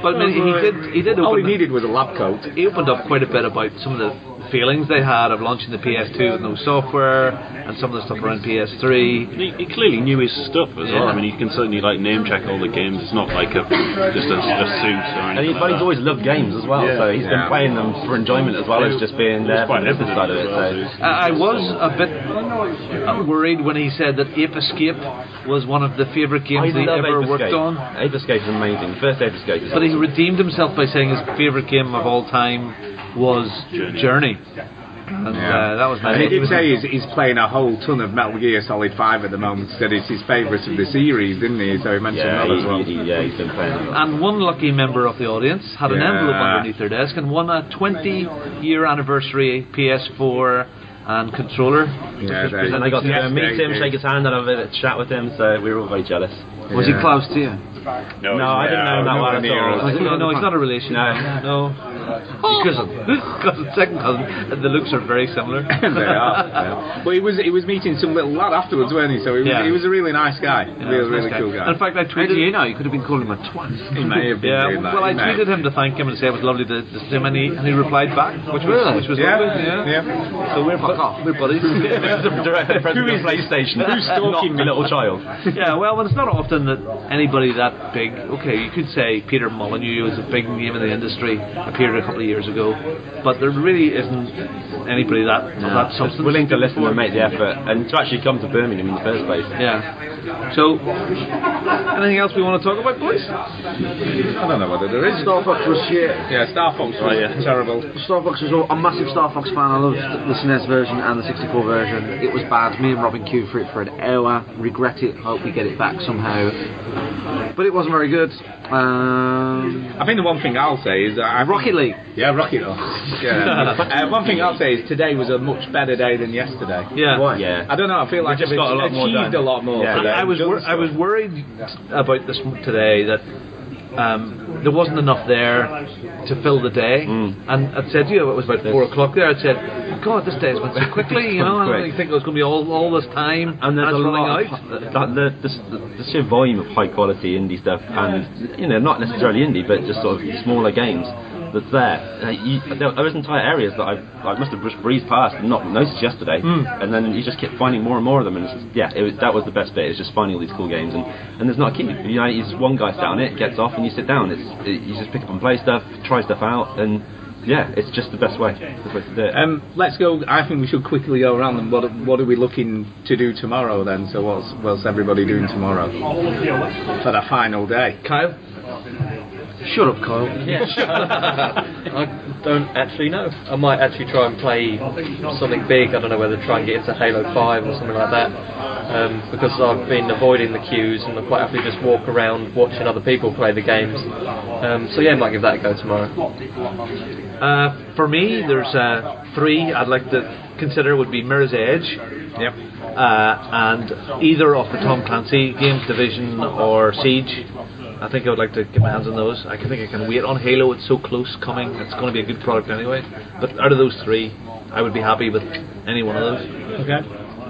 Speaker 2: But I mean, he did. He did.
Speaker 6: Oh,
Speaker 4: All
Speaker 2: open
Speaker 4: he
Speaker 2: the-
Speaker 4: needed was a lab coat.
Speaker 2: he opened up quite a bit about some of the feelings they had of launching the PS2 with no software and some of the stuff around PS3.
Speaker 7: He, he clearly knew his stuff as
Speaker 2: Yeah.
Speaker 7: well. I mean, you can certainly like name check all the games. It's not like a just a, a suit or
Speaker 6: And he's,
Speaker 7: anything.
Speaker 6: but he's
Speaker 7: like that.
Speaker 6: always loved games
Speaker 4: uh,
Speaker 6: as well,
Speaker 7: Yeah.
Speaker 6: so he's
Speaker 4: Yeah.
Speaker 6: been playing them for enjoyment as well as just being there for
Speaker 7: quite
Speaker 6: the business side of it. So.
Speaker 2: I I was a bit worried when he said that Ape Escape was one of the favourite
Speaker 6: I
Speaker 2: games that he
Speaker 6: love
Speaker 2: ever
Speaker 6: Ape
Speaker 2: worked
Speaker 6: Escape.
Speaker 2: on.
Speaker 6: Ape Escape is amazing. The first Ape Escape is
Speaker 2: But he
Speaker 6: awesome.
Speaker 2: redeemed himself by saying his favourite game of all time was Journey. And uh, that was nice.
Speaker 4: He did say he's, he's playing a whole ton of Metal Gear Solid 5 at the moment. He said it's his favourite of the series, didn't he? So he mentioned that
Speaker 6: Yeah,
Speaker 4: as well.
Speaker 6: he, he, yeah, he's been playing a lot.
Speaker 2: And one lucky member of the audience had an
Speaker 4: Yeah.
Speaker 2: envelope underneath their desk and won a 20 year anniversary PS4 and controller.
Speaker 4: Yeah, there you
Speaker 6: And I got to
Speaker 4: Yes,
Speaker 6: uh, meet
Speaker 4: very
Speaker 6: him,
Speaker 4: good.
Speaker 6: shake his hand, and have a bit of chat with him. So we were all very jealous.
Speaker 5: Was he close to you?
Speaker 6: No, I didn't know him that well at all.
Speaker 5: Was it-
Speaker 2: No, no, he's not a relation. No. He's cousin. cousin. Second cousin. And the looks are very similar.
Speaker 4: they are. they are. Well, he was he was meeting some little lad afterwards, weren't he? So he was,
Speaker 2: Yeah.
Speaker 4: he was a really nice guy, really, really
Speaker 2: Nice guy.
Speaker 4: cool guy.
Speaker 2: In fact, I
Speaker 5: How
Speaker 2: tweeted
Speaker 5: do you know? You could have been calling him a twat.
Speaker 4: he may have been
Speaker 2: Yeah,
Speaker 4: doing that.
Speaker 2: well, I
Speaker 4: he may have
Speaker 2: tweeted him to thank him and say it was lovely to, to see him, and he, and he replied back, which was
Speaker 5: Really?
Speaker 2: which was
Speaker 4: Yeah,
Speaker 2: lovely.
Speaker 4: yeah.
Speaker 2: So we're fuck off. We're buddies.
Speaker 6: Who is PlayStation? Who's stalking me, little child?
Speaker 2: yeah, well, it's not often that anybody that big. Okay, you could say Peter Molyneux was a big name in the industry, appeared a couple of years ago, but there really isn't anybody that of that
Speaker 6: Just
Speaker 2: substance.
Speaker 6: willing to listen and make the effort, and to actually come to Birmingham in the first place.
Speaker 2: Yeah. So, anything else we want to talk about, boys?
Speaker 4: I don't know whether there is.
Speaker 5: Star Fox was shit.
Speaker 4: Yeah, Star Fox was
Speaker 7: Oh,
Speaker 4: terrible.
Speaker 5: Star Fox was all, I'm a massive Star Fox fan. I loved the SNES version and the 64 version. It was bad. Me and Robin queued for it for an hour. Regret it. Hope we get it back somehow. But it wasn't very good. Um,
Speaker 4: I think the one thing I'll say is that I
Speaker 5: Rocket League.
Speaker 4: Yeah, Rocket League. Yeah. uh, one thing I'll say is today was a much better day than yesterday.
Speaker 2: Yeah.
Speaker 5: Why?
Speaker 6: Yeah.
Speaker 4: I don't know. I feel like
Speaker 6: just
Speaker 4: I've
Speaker 6: got a lot more
Speaker 4: achieved
Speaker 6: done.
Speaker 4: a lot more.
Speaker 6: Yeah.
Speaker 4: today.
Speaker 2: I was
Speaker 4: Done
Speaker 2: wor- I
Speaker 4: stuff.
Speaker 2: was worried about this m- today that um, there wasn't enough there to fill the day,
Speaker 4: Mm.
Speaker 2: and I said to you it was about four o'clock there. I said, God, this day's went so quickly. You know, I
Speaker 6: Quick.
Speaker 2: didn't think it was going to be all all this time,
Speaker 6: And there's
Speaker 2: it's
Speaker 6: a
Speaker 2: running
Speaker 6: lot
Speaker 2: out.
Speaker 6: of, that- the, the, the, sheer volume of high quality indie stuff, and you know, not necessarily indie, but just sort of smaller games that's there. Uh, you, there, there was entire areas that I, I must have just breezed past and not noticed yesterday,
Speaker 2: Hmm.
Speaker 6: and then you just kept finding more and more of them. And it's just, yeah, it was, that was the best bit. It was just finding all these cool games, and, and there's not a queue. You know, it's one guy sat on it, gets off, and you sit down. It's it, you just pick up and play stuff, try stuff out, and yeah, it's just the best way, the best way to do it.
Speaker 4: Um, let's go. I think we should quickly go around them. What What are we looking to do tomorrow then? So what's What's everybody doing tomorrow for the final day?
Speaker 2: Kyle,
Speaker 5: Shut up, Kyle.
Speaker 9: I don't actually know. I might actually try and play something big. I don't know whether to try and get into Halo 5 or something like that. Um, because I've been avoiding the queues and I quite happily just walk around watching other people play the games. Um, so yeah, I might give that a go tomorrow.
Speaker 2: uh, for me, there's uh, three I'd like to consider would be Mirror's Edge. Yep. Uh, and either of the Tom Clancy games, Division or Siege. I think I would like to get my hands on those. I can think I can wait on Halo. It's so close coming. It's going to be a good product anyway. But out of those three, I would be happy with any one of those.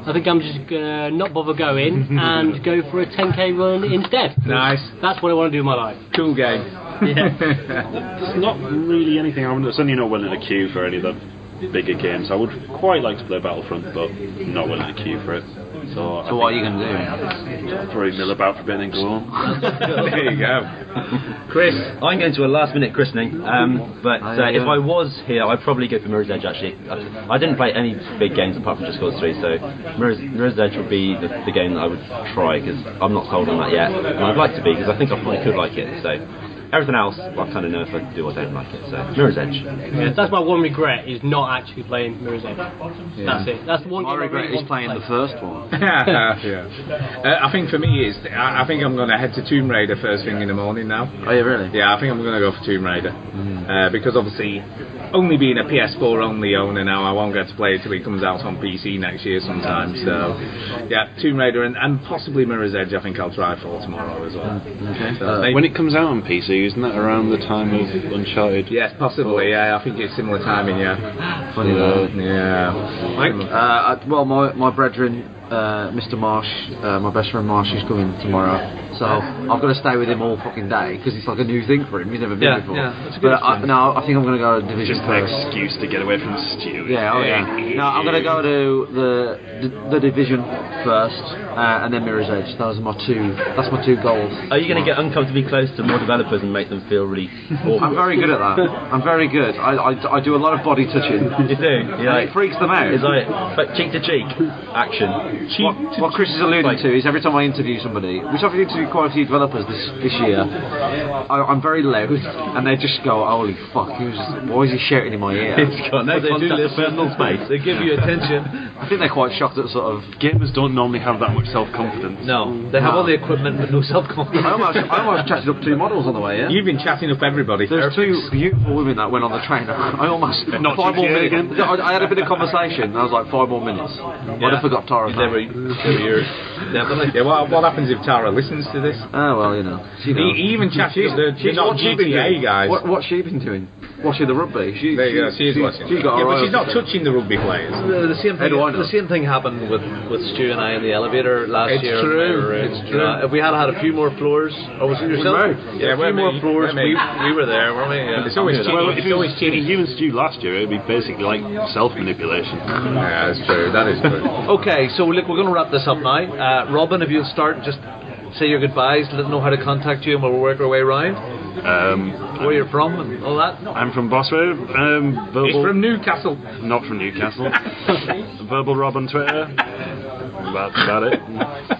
Speaker 8: I think I'm just gonna not bother going and go for a 10k run instead.
Speaker 4: Nice,
Speaker 8: That's what I want to do in my life.
Speaker 4: cool game.
Speaker 7: There's not really anything I would certainly not willing to queue for any of the bigger games. I would quite like to play Battlefront, but not willing to queue for it. So,
Speaker 5: So what are you going to do?
Speaker 7: I'll probably mill about for a bit and go on.
Speaker 4: there you go.
Speaker 6: Chris, I'm going to a last minute christening, um, but uh, if I was here, I'd probably go for Mirror's Edge actually. I, I didn't play any big games apart from Just Cause 3, so Mirror's, Mirror's Edge would be the, the game that I would try because I'm not sold on that yet, and I'd like to be because I think I probably could like it, so. Everything else, I kind of know if I do or don't like it, so Mirror's Edge.
Speaker 8: That's my one regret is not actually playing Mirror's Edge. That's it. That's the one.
Speaker 5: My
Speaker 8: game I
Speaker 5: regret is
Speaker 8: really want to
Speaker 5: playing
Speaker 8: play.
Speaker 5: the first one.
Speaker 4: yeah. Uh, I think for me is I, I think I'm going to head to Tomb Raider first thing in the morning now.
Speaker 5: Oh, yeah, really?
Speaker 4: Yeah, I think I'm going to go for Tomb Raider
Speaker 7: Hmm.
Speaker 4: uh, because obviously, only being a PS4 only owner now, I won't get to play it till it comes out on PC next year sometime. So, yeah, Tomb Raider and, and possibly Mirror's Edge. I think I'll try for tomorrow as well.
Speaker 5: Okay.
Speaker 4: So
Speaker 5: Uh,
Speaker 4: maybe-
Speaker 7: Hmm, When it comes out on PC, isn't that around the time of Uncharted?
Speaker 4: yes, possibly. Yeah, I think it's similar timing. Yeah,
Speaker 5: Funny though.
Speaker 4: yeah.
Speaker 5: Uh, I- well, my, my brethren, uh, Mr. Marsh, uh, my best friend Marsh, is coming tomorrow. So I've got to stay with him all fucking day because it's like a new thing for him. He's never been
Speaker 2: Yeah,
Speaker 5: before.
Speaker 2: yeah, that's a good
Speaker 5: but I, no, I think I'm going to go to Division
Speaker 7: Just an
Speaker 5: First.
Speaker 7: excuse to get away from Stu.
Speaker 5: Yeah, oh yeah. No, I'm going to go to the the, the Division first, uh, and then Mirror's Edge. Those are my two. That's my two goals.
Speaker 6: Are you going to get uncomfortably close to more developers and make them feel really
Speaker 5: I'm
Speaker 6: awkward?
Speaker 5: very good at that. I'm very good. I, I, I do a lot of body touching.
Speaker 6: you do.
Speaker 5: And it
Speaker 6: You like,
Speaker 5: freaks them out.
Speaker 6: it's like but cheek to cheek action.
Speaker 5: what, what Chris is alluding to is every time I interview somebody, which I've interviewed quite a few developers this, this year, I, I'm very loud, and they just go, "Holy fuck, who's, why is he shouting in my ear.
Speaker 6: It's got no
Speaker 5: But they do
Speaker 6: contact with
Speaker 5: listen.
Speaker 6: personal space.
Speaker 2: They give you attention.
Speaker 5: I think they're quite shocked at sort of.
Speaker 7: Gamers don't normally have that much self confidence.
Speaker 2: No, they have all the equipment but no self confidence.
Speaker 5: I almost, I almost chatted up two models on the way. Yeah.
Speaker 4: You've been chatting up everybody.
Speaker 5: There's two beautiful women that went on the train. I almost
Speaker 7: Not
Speaker 5: five
Speaker 7: you
Speaker 5: more
Speaker 7: here
Speaker 5: minutes.
Speaker 7: again?
Speaker 5: No, I, I had a bit of conversation. And I was like five more minutes. I'd have forgot Tara.
Speaker 2: Never, you're definitely.
Speaker 4: Yeah, what, what happens if Tara listens to this?
Speaker 5: Oh well, you know. She knows.
Speaker 4: He, he even chatted up the, the
Speaker 5: She's
Speaker 4: not
Speaker 5: what's she been
Speaker 4: GTA
Speaker 5: doing?
Speaker 4: guys.
Speaker 5: What, what's she been doing? Watching the rugby. She,
Speaker 4: There you go, she is
Speaker 5: she,
Speaker 4: watching.
Speaker 5: She's got
Speaker 4: yeah,
Speaker 5: her
Speaker 4: but
Speaker 5: eye
Speaker 4: she's
Speaker 5: on
Speaker 4: not touching the rugby players.
Speaker 2: The, the same
Speaker 5: How
Speaker 2: thing.
Speaker 5: do I know?
Speaker 2: The same thing happened with, with Stu and I in the elevator last
Speaker 4: It's
Speaker 2: year. in
Speaker 4: true,
Speaker 2: my room.
Speaker 4: it's
Speaker 2: You know,
Speaker 4: true.
Speaker 2: if we had had a few more floors, oh, was it yourself? a
Speaker 4: Yeah, we're
Speaker 2: few more
Speaker 4: me,
Speaker 2: floors.
Speaker 4: we're me.
Speaker 2: We, we were there, weren't we? Yeah.
Speaker 4: It's always
Speaker 7: Well,
Speaker 4: cheating.
Speaker 7: if it was you and Stu last year, it would be basically like self manipulation.
Speaker 4: Yeah, that's true. That is true.
Speaker 2: Okay, so look, we're going to wrap this up now. Uh, Robin, if you'll start, just say your goodbyes, let them know how to contact you, and we'll work our way around.
Speaker 7: Um,
Speaker 2: Where you're from and all that.
Speaker 7: I'm from Bosworth. Um, verbal,
Speaker 4: He's from Newcastle.
Speaker 7: not from Newcastle. verbal Rob on Twitter. That's about it.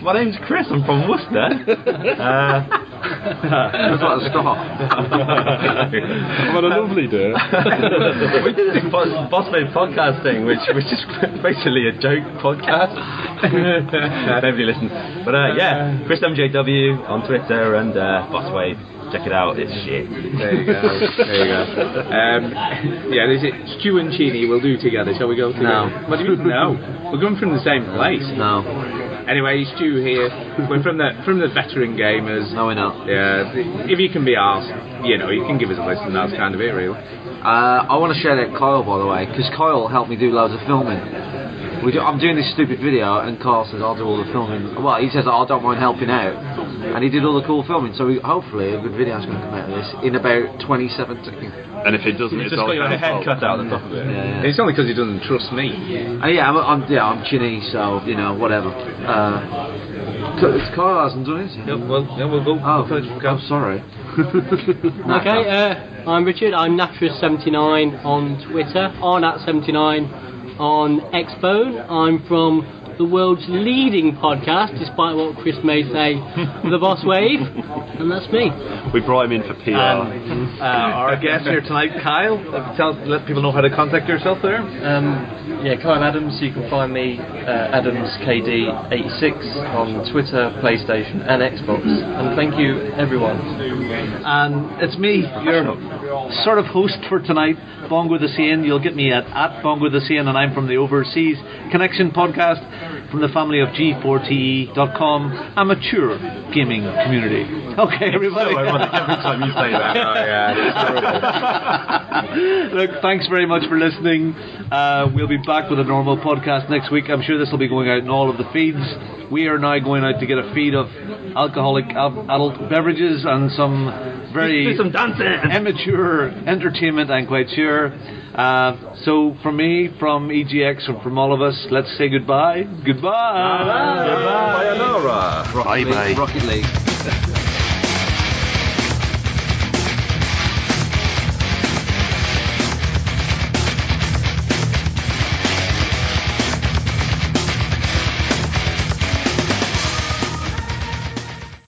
Speaker 6: My name's Chris. I'm from Worcester. uh,
Speaker 5: her. That's like the star.
Speaker 7: what a lovely day.
Speaker 6: we did this boss, boss made podcast thing, which which is basically a joke podcast. Nobody listens. But uh, yeah, Chris MJW on Twitter and uh, Boss Wave. Check it out. It's shit.
Speaker 4: There you go. There you go. Um, yeah, is it Stu and Chini we'll do together? Shall we go together?
Speaker 5: No.
Speaker 4: What do you mean? No. We're going from the same place.
Speaker 5: No,
Speaker 4: Anyway, Stu here. We're from the from the veteran gamers.
Speaker 5: no, we're not.
Speaker 4: Yeah, if you can be asked, you know, you can give us a listen. That's kind of it, really.
Speaker 5: Uh, I want to shout out Kyle, by the way, because Kyle helped me do loads of filming. We do, I'm doing this stupid video, and Kyle says I'll do all the filming. Well, he says I don't mind helping out, and he did all the cool filming. So we, hopefully, a good video is going to come out of this in about 2017.
Speaker 7: And if it doesn't, it's, all your
Speaker 6: Head cut out the top of it.
Speaker 5: Yeah, yeah.
Speaker 4: It's only because he doesn't trust me.
Speaker 5: Uh, yeah, I'm, I'm, yeah, I'm chinny, so you know, whatever. Uh, K- Kyle hasn't done it.
Speaker 2: Yeah, well, yeah, we'll go.
Speaker 5: Oh,
Speaker 2: we'll go.
Speaker 5: I'm sorry.
Speaker 8: Okay, uh, I'm Richard. I'm Naturist79 on Twitter, on at 79 on Xbone. I'm from the world's leading podcast, despite what Chris may say, The Boss Wave, and that's me.
Speaker 7: We brought him in for PR.
Speaker 2: And, uh, our guest here tonight, Kyle. uh, Tell, let people know how to contact yourself there.
Speaker 9: Um, yeah, Kyle Adams. You can find me uh, AdamsKD86 on Twitter, PlayStation, and Xbox. And thank you, everyone.
Speaker 2: and it's me, your sort of host for tonight, Bongo the Sane. You'll get me at, at Bongo the Sane, and I'm from the Overseas Connection podcast from the family of G4TE.com, E a mature gaming community. Okay, everybody.
Speaker 6: Every time you say that.
Speaker 2: Look, thanks very much for listening. Uh, we'll be back with a normal podcast next week. I'm sure this will be going out in all of the feeds. We are now going out to get a feed of alcoholic ab- adult beverages and some very
Speaker 6: Some dancing.
Speaker 2: immature entertainment, I'm quite sure. Uh, so, from me, from EGX, and from all of us, let's say goodbye. Goodbye.
Speaker 6: Sayonara.
Speaker 7: Bye, bye.
Speaker 5: Rocket League.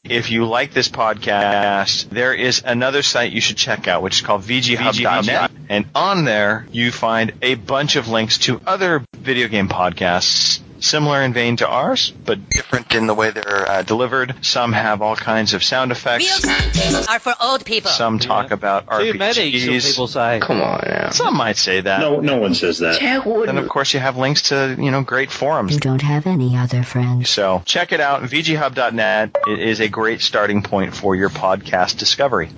Speaker 10: If you like this podcast, there is another site you should check out, which is called VGHub.net. And on there, you find a bunch of links to other video game podcasts. Similar in vein to ours, but different in the way they're uh, delivered. Some have all kinds of sound
Speaker 11: Real
Speaker 10: effects.
Speaker 11: games are for old people.
Speaker 10: Some talk about RPGs.
Speaker 2: say.
Speaker 10: Some might say that. No, no one says that. And of course, you have links to you know great forums.
Speaker 11: You don't have any other friends.
Speaker 10: So check it out, VGHub.net. It is a great starting point for your podcast discovery.